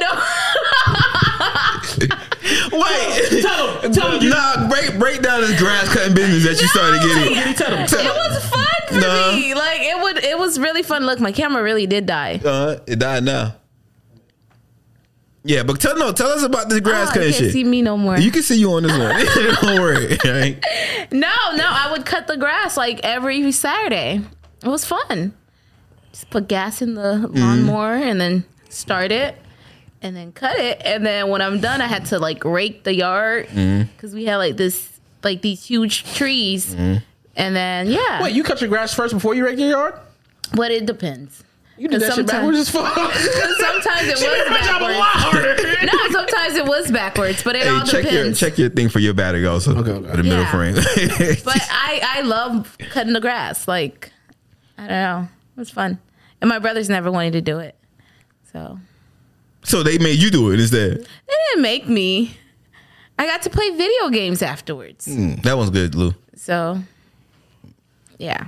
Speaker 4: know.
Speaker 2: Wait,
Speaker 3: tell him, tell him, you,
Speaker 2: nah, break break down this grass cutting business that you started getting.
Speaker 3: tell him.
Speaker 2: Tell
Speaker 4: it
Speaker 2: him.
Speaker 4: was fun for
Speaker 2: Nah.
Speaker 4: me. Like it would it was really fun. Look, my camera really did die.
Speaker 2: Uh, it died now. Yeah, but tell no, tell us about this grass
Speaker 4: Oh, you
Speaker 2: cutting
Speaker 4: can't
Speaker 2: shit.
Speaker 4: see me no more.
Speaker 2: you can see you on this one. Don't worry. all right?
Speaker 4: No, no, I would cut the grass like every Saturday. It was fun. Just put gas in the
Speaker 2: Mm-hmm.
Speaker 4: lawnmower and then start it and then cut it. And then when I'm done, I had to like rake the yard
Speaker 2: Mm-hmm.
Speaker 4: because we had like this, like these huge trees.
Speaker 2: Mm-hmm.
Speaker 4: And then, yeah.
Speaker 3: Wait, you cut your grass first before you rake your yard?
Speaker 4: but it depends.
Speaker 3: You did that shit
Speaker 4: Sometimes-
Speaker 3: backwards as fuck.
Speaker 4: Sometimes it
Speaker 3: She made
Speaker 4: was
Speaker 3: my job a lot
Speaker 4: backwards.
Speaker 3: harder.
Speaker 4: No, sometimes it was backwards, but it
Speaker 2: Hey,
Speaker 4: all
Speaker 2: check your
Speaker 4: depends.
Speaker 2: check your thing for your battery also. Okay,
Speaker 3: okay.
Speaker 2: For the middle
Speaker 4: Yeah.
Speaker 2: frame.
Speaker 4: But I, I love cutting the grass. Like, I don't know. It was fun. And my brothers never wanted to do it. So
Speaker 2: so they made you do it instead.
Speaker 4: they didn't make me. I got to play video games afterwards.
Speaker 2: Mm, that one's good, Lou.
Speaker 4: So, yeah.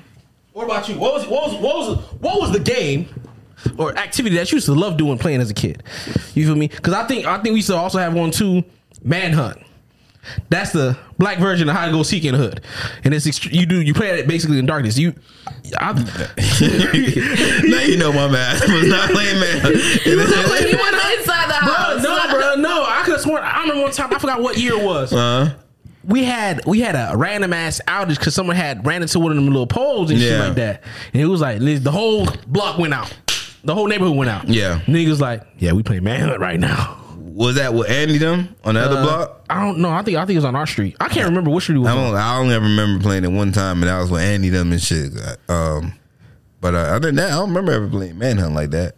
Speaker 3: What about you? What was what was what was what was the game or activity that you used to love doing playing as a kid? You feel me? Because I think I think we used to also have one too, manhunt. That's the black version of how to go seek in the hood, and it's ext- you do you play it basically in darkness. You, I,
Speaker 2: now you know my math was not playing math.
Speaker 4: But he went inside the
Speaker 3: bro,
Speaker 4: house.
Speaker 3: no, bro, no. I could have sworn I remember one time I forgot what year it was.
Speaker 2: Uh,
Speaker 3: we had we had a random ass outage because someone had ran into one of them little poles and shit
Speaker 2: Yeah.
Speaker 3: like that, and it was like the whole block went out. The whole neighborhood went out.
Speaker 2: Yeah.
Speaker 3: Niggas like, yeah, we playing manhunt right now.
Speaker 2: Was that with Andy them on the other block?
Speaker 3: I don't know. I think I think it was on our street. I can't remember which street it was.
Speaker 2: I
Speaker 3: on.
Speaker 2: don't. I only remember playing it one time, and that was with Andy them and shit. Um, but uh, other than that, I don't remember ever playing manhunt like that.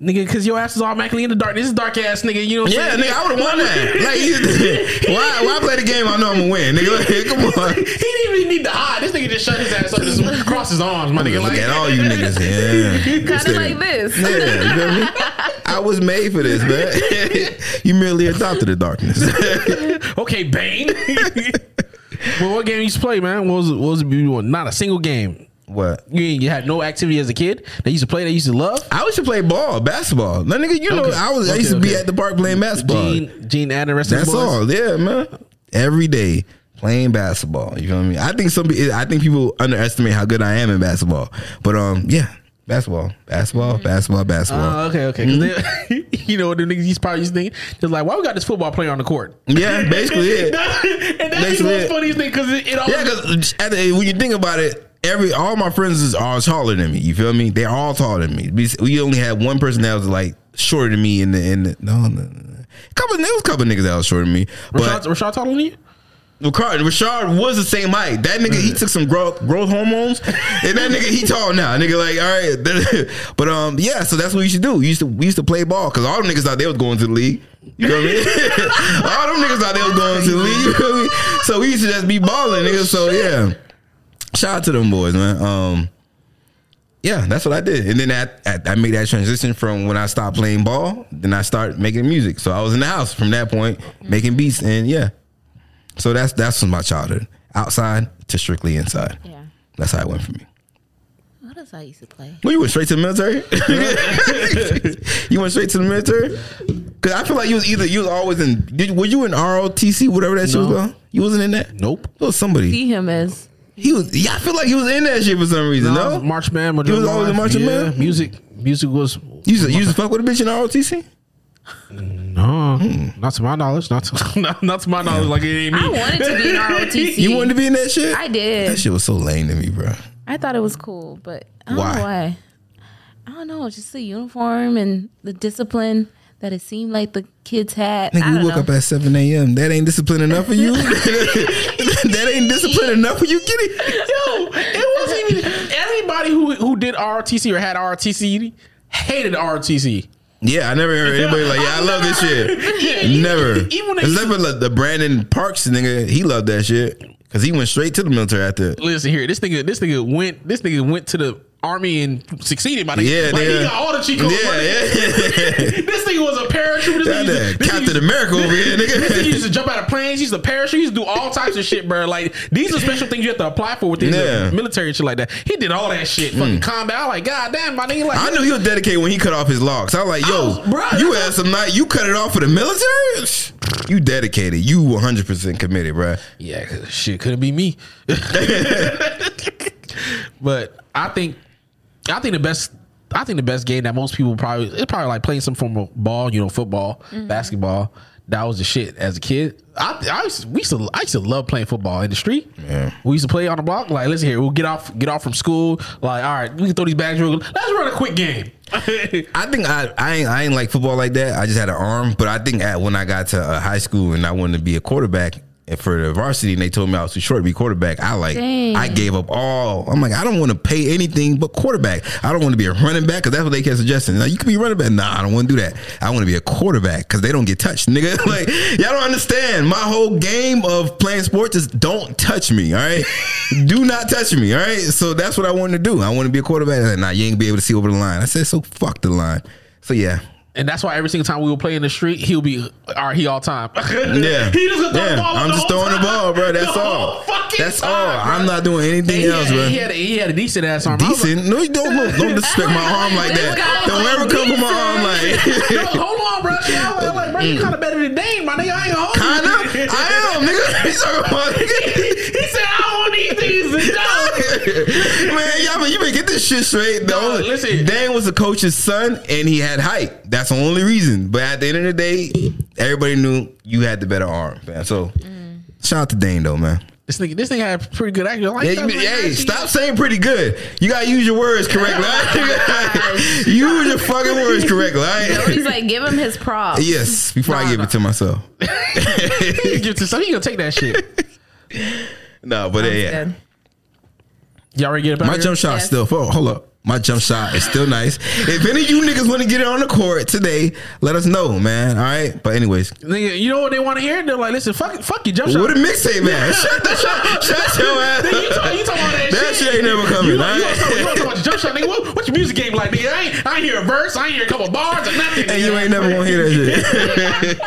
Speaker 3: Nigga, cause your ass is automatically in the dark. This is dark ass nigga. You know what I'm
Speaker 2: Yeah,
Speaker 3: saying?
Speaker 2: nigga, I would have won that. Like, you, why? Why play the game? I know I'm gonna win, nigga. Like, come on.
Speaker 3: He didn't even need to hide. This nigga just shut his ass up and just crossed his arms, my nigga.
Speaker 2: Look
Speaker 3: Like,
Speaker 2: at all you niggas. Yeah,
Speaker 4: Kind of like this.
Speaker 2: Yeah, you feel me? I was made for this, man. you merely adopted the darkness.
Speaker 3: okay, Bane. well, what game you used to play, man? What was what was it you doing? Not a single game.
Speaker 2: what?
Speaker 3: You ain't- you had no activity as a kid. They used to play. They used to love.
Speaker 2: I used to play ball, basketball. No, nigga, you know,
Speaker 3: Okay.
Speaker 2: I was. I
Speaker 3: Okay,
Speaker 2: used to be
Speaker 3: okay.
Speaker 2: at the park playing basketball.
Speaker 3: Gene, Gene, Adden, rest of
Speaker 2: That's
Speaker 3: the boys.
Speaker 2: all. Yeah, man. Every day playing basketball. You feel me? I think some. pe- I think people underestimate how good I am in basketball. But um, yeah, basketball,
Speaker 4: Mm-hmm.
Speaker 2: basketball, basketball, basketball.
Speaker 3: Uh, okay, okay. 'Cause they-
Speaker 2: Mm-hmm.
Speaker 3: you know what the niggas used probably used to think? They're like, why we got this football player on the court?
Speaker 2: yeah, basically it.
Speaker 3: and that's the
Speaker 2: Basically it.
Speaker 3: most funniest thing because it, it all
Speaker 2: Yeah, because when you think about it, every all my friends is all taller than me. You feel me? They're all taller than me. We- We only had one person that was like shorter than me in the in the no. no, no. Couple, there was a couple niggas that was shorter than me, but
Speaker 3: Rashad, Rashad taller than you?
Speaker 2: Rashad, Rashad was Mm. the same height. That nigga, he took some growth growth hormones, and that nigga, he tall now. Nigga, like all right, but um, yeah. So that's what you should do. You used to we used to play ball because all them niggas out there was going to the league. You know what I mean? all them niggas out there was going to the league. You feel me? So we used to just be balling, nigga. So yeah, shout out to them boys, man. Um, yeah, that's what I did, and then that that- I made that transition from when I stopped playing ball, then I started making music. So I was in the house from that point making beats, and yeah. So that's that's my childhood. Outside to strictly inside.
Speaker 1: Yeah.
Speaker 2: That's how it went for me.
Speaker 1: What else I used to play?
Speaker 2: Well, you went straight to the military. you went straight to the military. Cause I feel like you was either you was always in. Did, were you in ROTC? Whatever that shit was
Speaker 3: No.
Speaker 2: called. You wasn't in that.
Speaker 3: Nope.
Speaker 2: It was somebody.
Speaker 4: See him as
Speaker 2: He was. Yeah, I feel like he was in that shit for some reason. No.
Speaker 3: March Band.
Speaker 2: You was always a marching
Speaker 3: yeah,
Speaker 2: band?
Speaker 3: Music, music was
Speaker 2: You used, to, you used to fuck with a bitch in ROTC.
Speaker 3: no,
Speaker 2: Mm.
Speaker 3: not to my knowledge, not to not, not to my knowledge. Like it ain't me.
Speaker 4: I wanted to be in ROTC.
Speaker 2: You wanted to be in that shit.
Speaker 4: I did.
Speaker 2: That shit was so lame to me, bro.
Speaker 4: I thought it was cool, but I don't
Speaker 2: Why?
Speaker 4: know why. I don't know. Just the uniform and the discipline that it seemed like the kids had. I
Speaker 2: Nigga,
Speaker 4: don't
Speaker 2: we woke
Speaker 4: know.
Speaker 2: up at seven a.m. That ain't discipline enough for you. that ain't discipline enough for you, kitty.
Speaker 3: Yo, it wasn't even everybody who who did ROTC or had ROTC hated ROTC.
Speaker 2: Yeah, I never heard anybody like, yeah, I love this shit. Never.
Speaker 3: even when I
Speaker 2: Except for like the Brandon Parks nigga, he loved that shit because he went straight to the military after.
Speaker 3: Listen here, this nigga, this nigga went, this nigga went to the army and succeeded. My nigga,
Speaker 2: Yeah,
Speaker 3: like,
Speaker 2: nigga.
Speaker 3: he got all the cheat codes. my nigga.
Speaker 2: yeah, yeah.
Speaker 3: This nigga was a paratrooper. This
Speaker 2: Goddamn,
Speaker 3: nigga used to- this nigga
Speaker 2: Captain
Speaker 3: used-
Speaker 2: America over here, nigga.
Speaker 3: This nigga used to jump out of planes. He used to parachute. He used to do all types of shit, bro. Like these are special things you have to apply for within
Speaker 2: Yeah. Mm.
Speaker 3: the military and shit like that. He did all that shit. Fucking combat. I'm like, god damn, my nigga. Like,
Speaker 2: I knew he was dedicated when he cut off his locks. I was like, yo,
Speaker 3: Oh, bruh,
Speaker 2: you
Speaker 3: that's-
Speaker 2: had some night, you cut it off for the military? You dedicated. You 100% committed, bruh.
Speaker 3: Yeah, 'cause shit couldn't be me. but I think, I think the best, I think the best game that most people probably it's probably like playing some form of ball, you know, football, basketball. That was the shit as a kid. I, I used to, we used to I used to love playing football in the street.
Speaker 2: Yeah.
Speaker 3: We used to play on the block. Like, listen here, we'll get off get off from school. Like, all right, we can throw these bags real. Let's run a quick game.
Speaker 2: I think I, I ain't I ain't like football like that. I just had an arm, but I think at when I got to uh, high school and I wanted to be a quarterback and for the varsity, and they told me I was too short to be quarterback. I like
Speaker 4: Dang.
Speaker 2: I gave up all. I'm like I don't want to pay anything but quarterback. I don't want to be a running back because that's what they kept suggesting. Like you can be a running back. Nah, I don't want to do that. I want to be a quarterback because they don't get touched, nigga. like y'all don't understand. My whole game of playing sports is don't touch me. All right, do not touch me. All right. So that's what I wanted to do. I want to be a quarterback. They're Like, nah, you ain't gonna be able to see over the line. I said so. Fuck the line. So yeah.
Speaker 3: And that's why every single time we would play in the street, he'll be all right. He all time.
Speaker 2: Yeah.
Speaker 3: he just gonna throw
Speaker 2: Yeah.
Speaker 3: the ball.
Speaker 2: I'm just throwing the ball, bro. That's all. That's all. I'm not doing anything
Speaker 3: he
Speaker 2: else,
Speaker 3: had,
Speaker 2: bro.
Speaker 3: He had, a, he had a decent ass arm. I was
Speaker 2: Decent. No, you don't look, don't disrespect my arm like
Speaker 4: This
Speaker 2: that.
Speaker 4: guy
Speaker 2: Don't
Speaker 4: was
Speaker 2: ever come for my arm like
Speaker 3: Like, Yo, hold on, bro. I was like, bro, you kind of better than Dame, my nigga. I ain't gonna hold
Speaker 2: Mm. kinda.
Speaker 3: you.
Speaker 2: I am, nigga. You talking about nigga.
Speaker 3: he said, I don't want these things. No.
Speaker 2: Man, y'all been, you been get this shit straight. The
Speaker 3: Nah,
Speaker 2: only,
Speaker 3: listen.
Speaker 2: Dane was the coach's son, and he had height. That's the only reason. But at the end of the day, everybody knew you had the better arm, man. So shout out to Dane though, man.
Speaker 3: This nigga, this nigga had pretty good acting. Like,
Speaker 2: Hey,
Speaker 3: that,
Speaker 2: you-
Speaker 3: like,
Speaker 2: hey,
Speaker 3: that shit.
Speaker 2: stop saying pretty good. You gotta use your words correctly. all right? use your fucking words correctly. all right?
Speaker 4: He's like, give him his props.
Speaker 2: Yes, before I give it to myself.
Speaker 3: He gets it, so he gonna take that shit.
Speaker 2: No, but yeah.
Speaker 4: Good.
Speaker 3: Y'all ready to get up out
Speaker 2: My
Speaker 3: of
Speaker 2: jump
Speaker 3: here?
Speaker 2: shot
Speaker 4: Yes.
Speaker 2: still. Oh, hold up. My jump shot is still nice. If any of you niggas want to get it on the court today, let us know, man. All right. But anyways,
Speaker 3: Nigga, you know what they want to hear? They're like, listen, fuck, fuck your jump shot.
Speaker 2: what a mixtape, man. Shut the shut, shut your ass.
Speaker 3: Nigga, you talk,
Speaker 2: up.
Speaker 3: you talking all that,
Speaker 2: That shit ain't never coming,
Speaker 3: You, know, you,
Speaker 2: all right?
Speaker 3: talking, you talking about your jump shot, nigga? What, what your music game like, nigga? I ain't, I ain't hear a verse. I ain't hear a couple bars or nothing.
Speaker 2: And
Speaker 3: nigga.
Speaker 2: you ain't never gonna hear that shit.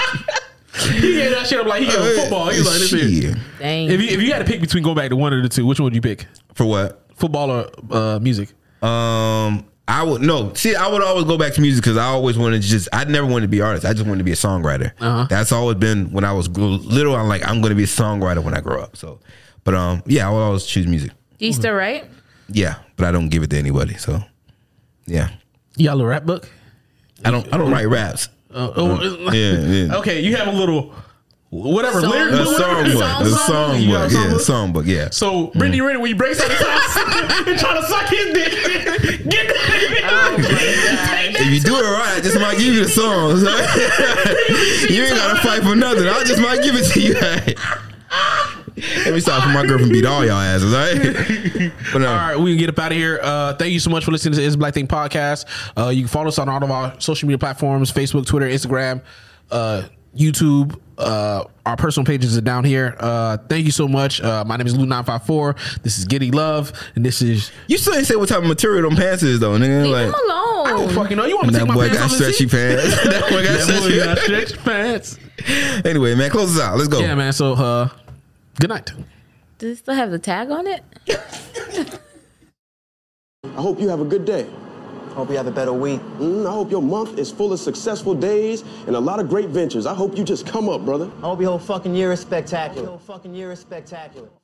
Speaker 3: He hear that shit up like he got football. He like this shit.
Speaker 2: Shit.
Speaker 4: Dang.
Speaker 3: If you if you had to pick between going back to one of the two, which one would you pick?
Speaker 2: For what?
Speaker 3: Football or uh, music?
Speaker 2: Um, I would no. See, I would always go back to music because I always wanted to just. I never wanted to be an artist. I just wanted to be a songwriter.
Speaker 3: Uh-huh.
Speaker 2: That's always been when I was gr- little. I'm like, I'm going to be a songwriter when I grow up. So, but um, yeah, I would always choose music.
Speaker 4: you still right?
Speaker 2: Yeah, but I don't give it to anybody. So, yeah,
Speaker 3: You got a little rap book?
Speaker 2: I don't. I don't write raps.
Speaker 3: Uh, oh,
Speaker 2: Yeah, yeah.
Speaker 3: Okay, you have a little whatever
Speaker 4: Song.
Speaker 3: lyric,
Speaker 2: A
Speaker 3: whatever-
Speaker 2: songbook. A
Speaker 3: You
Speaker 2: songbook. Yeah,
Speaker 3: got songbook?
Speaker 2: songbook. Yeah.
Speaker 3: So Brittany Renner, when you break somebody's house and try to suck his dick, get that nigga.
Speaker 2: If you do it right, I just might give you the songs. you ain't gotta fight for nothing. I just might give it to you. Let me stop for my girlfriend beat all y'all asses, all right? But uh, no,
Speaker 3: All right, we can get up out of here. Uh, thank you so much for listening to the Is Black Thing podcast. Uh, you can follow us on all of our social media platforms: Facebook, Twitter, Instagram, uh, YouTube. Uh, our personal pages are down here. Uh, thank you so much. Uh, my name is Lou nine five four. This is Giddy Love, and this is
Speaker 2: you still ain't say what type of material them pants is though, nigga.
Speaker 4: Leave him
Speaker 2: Like
Speaker 4: alone.
Speaker 3: fucking. No, you want to
Speaker 2: that
Speaker 3: take my
Speaker 2: boy
Speaker 3: pants
Speaker 2: got
Speaker 3: off and
Speaker 2: stretchy
Speaker 3: see?
Speaker 2: pants. that boy got
Speaker 3: That boy got
Speaker 2: stretchy.
Speaker 3: stretchy pants.
Speaker 2: Anyway, man, close this out. Let's go.
Speaker 3: Yeah, man. So, uh, good night.
Speaker 4: Does it still have the tag on it?
Speaker 6: I hope you have a good day.
Speaker 7: Hope you have a better week.
Speaker 6: Mm, I hope your month is full of successful days and a lot of great ventures. I hope you just come up, brother.
Speaker 7: I hope your whole fucking year is spectacular. Your whole fucking year is spectacular.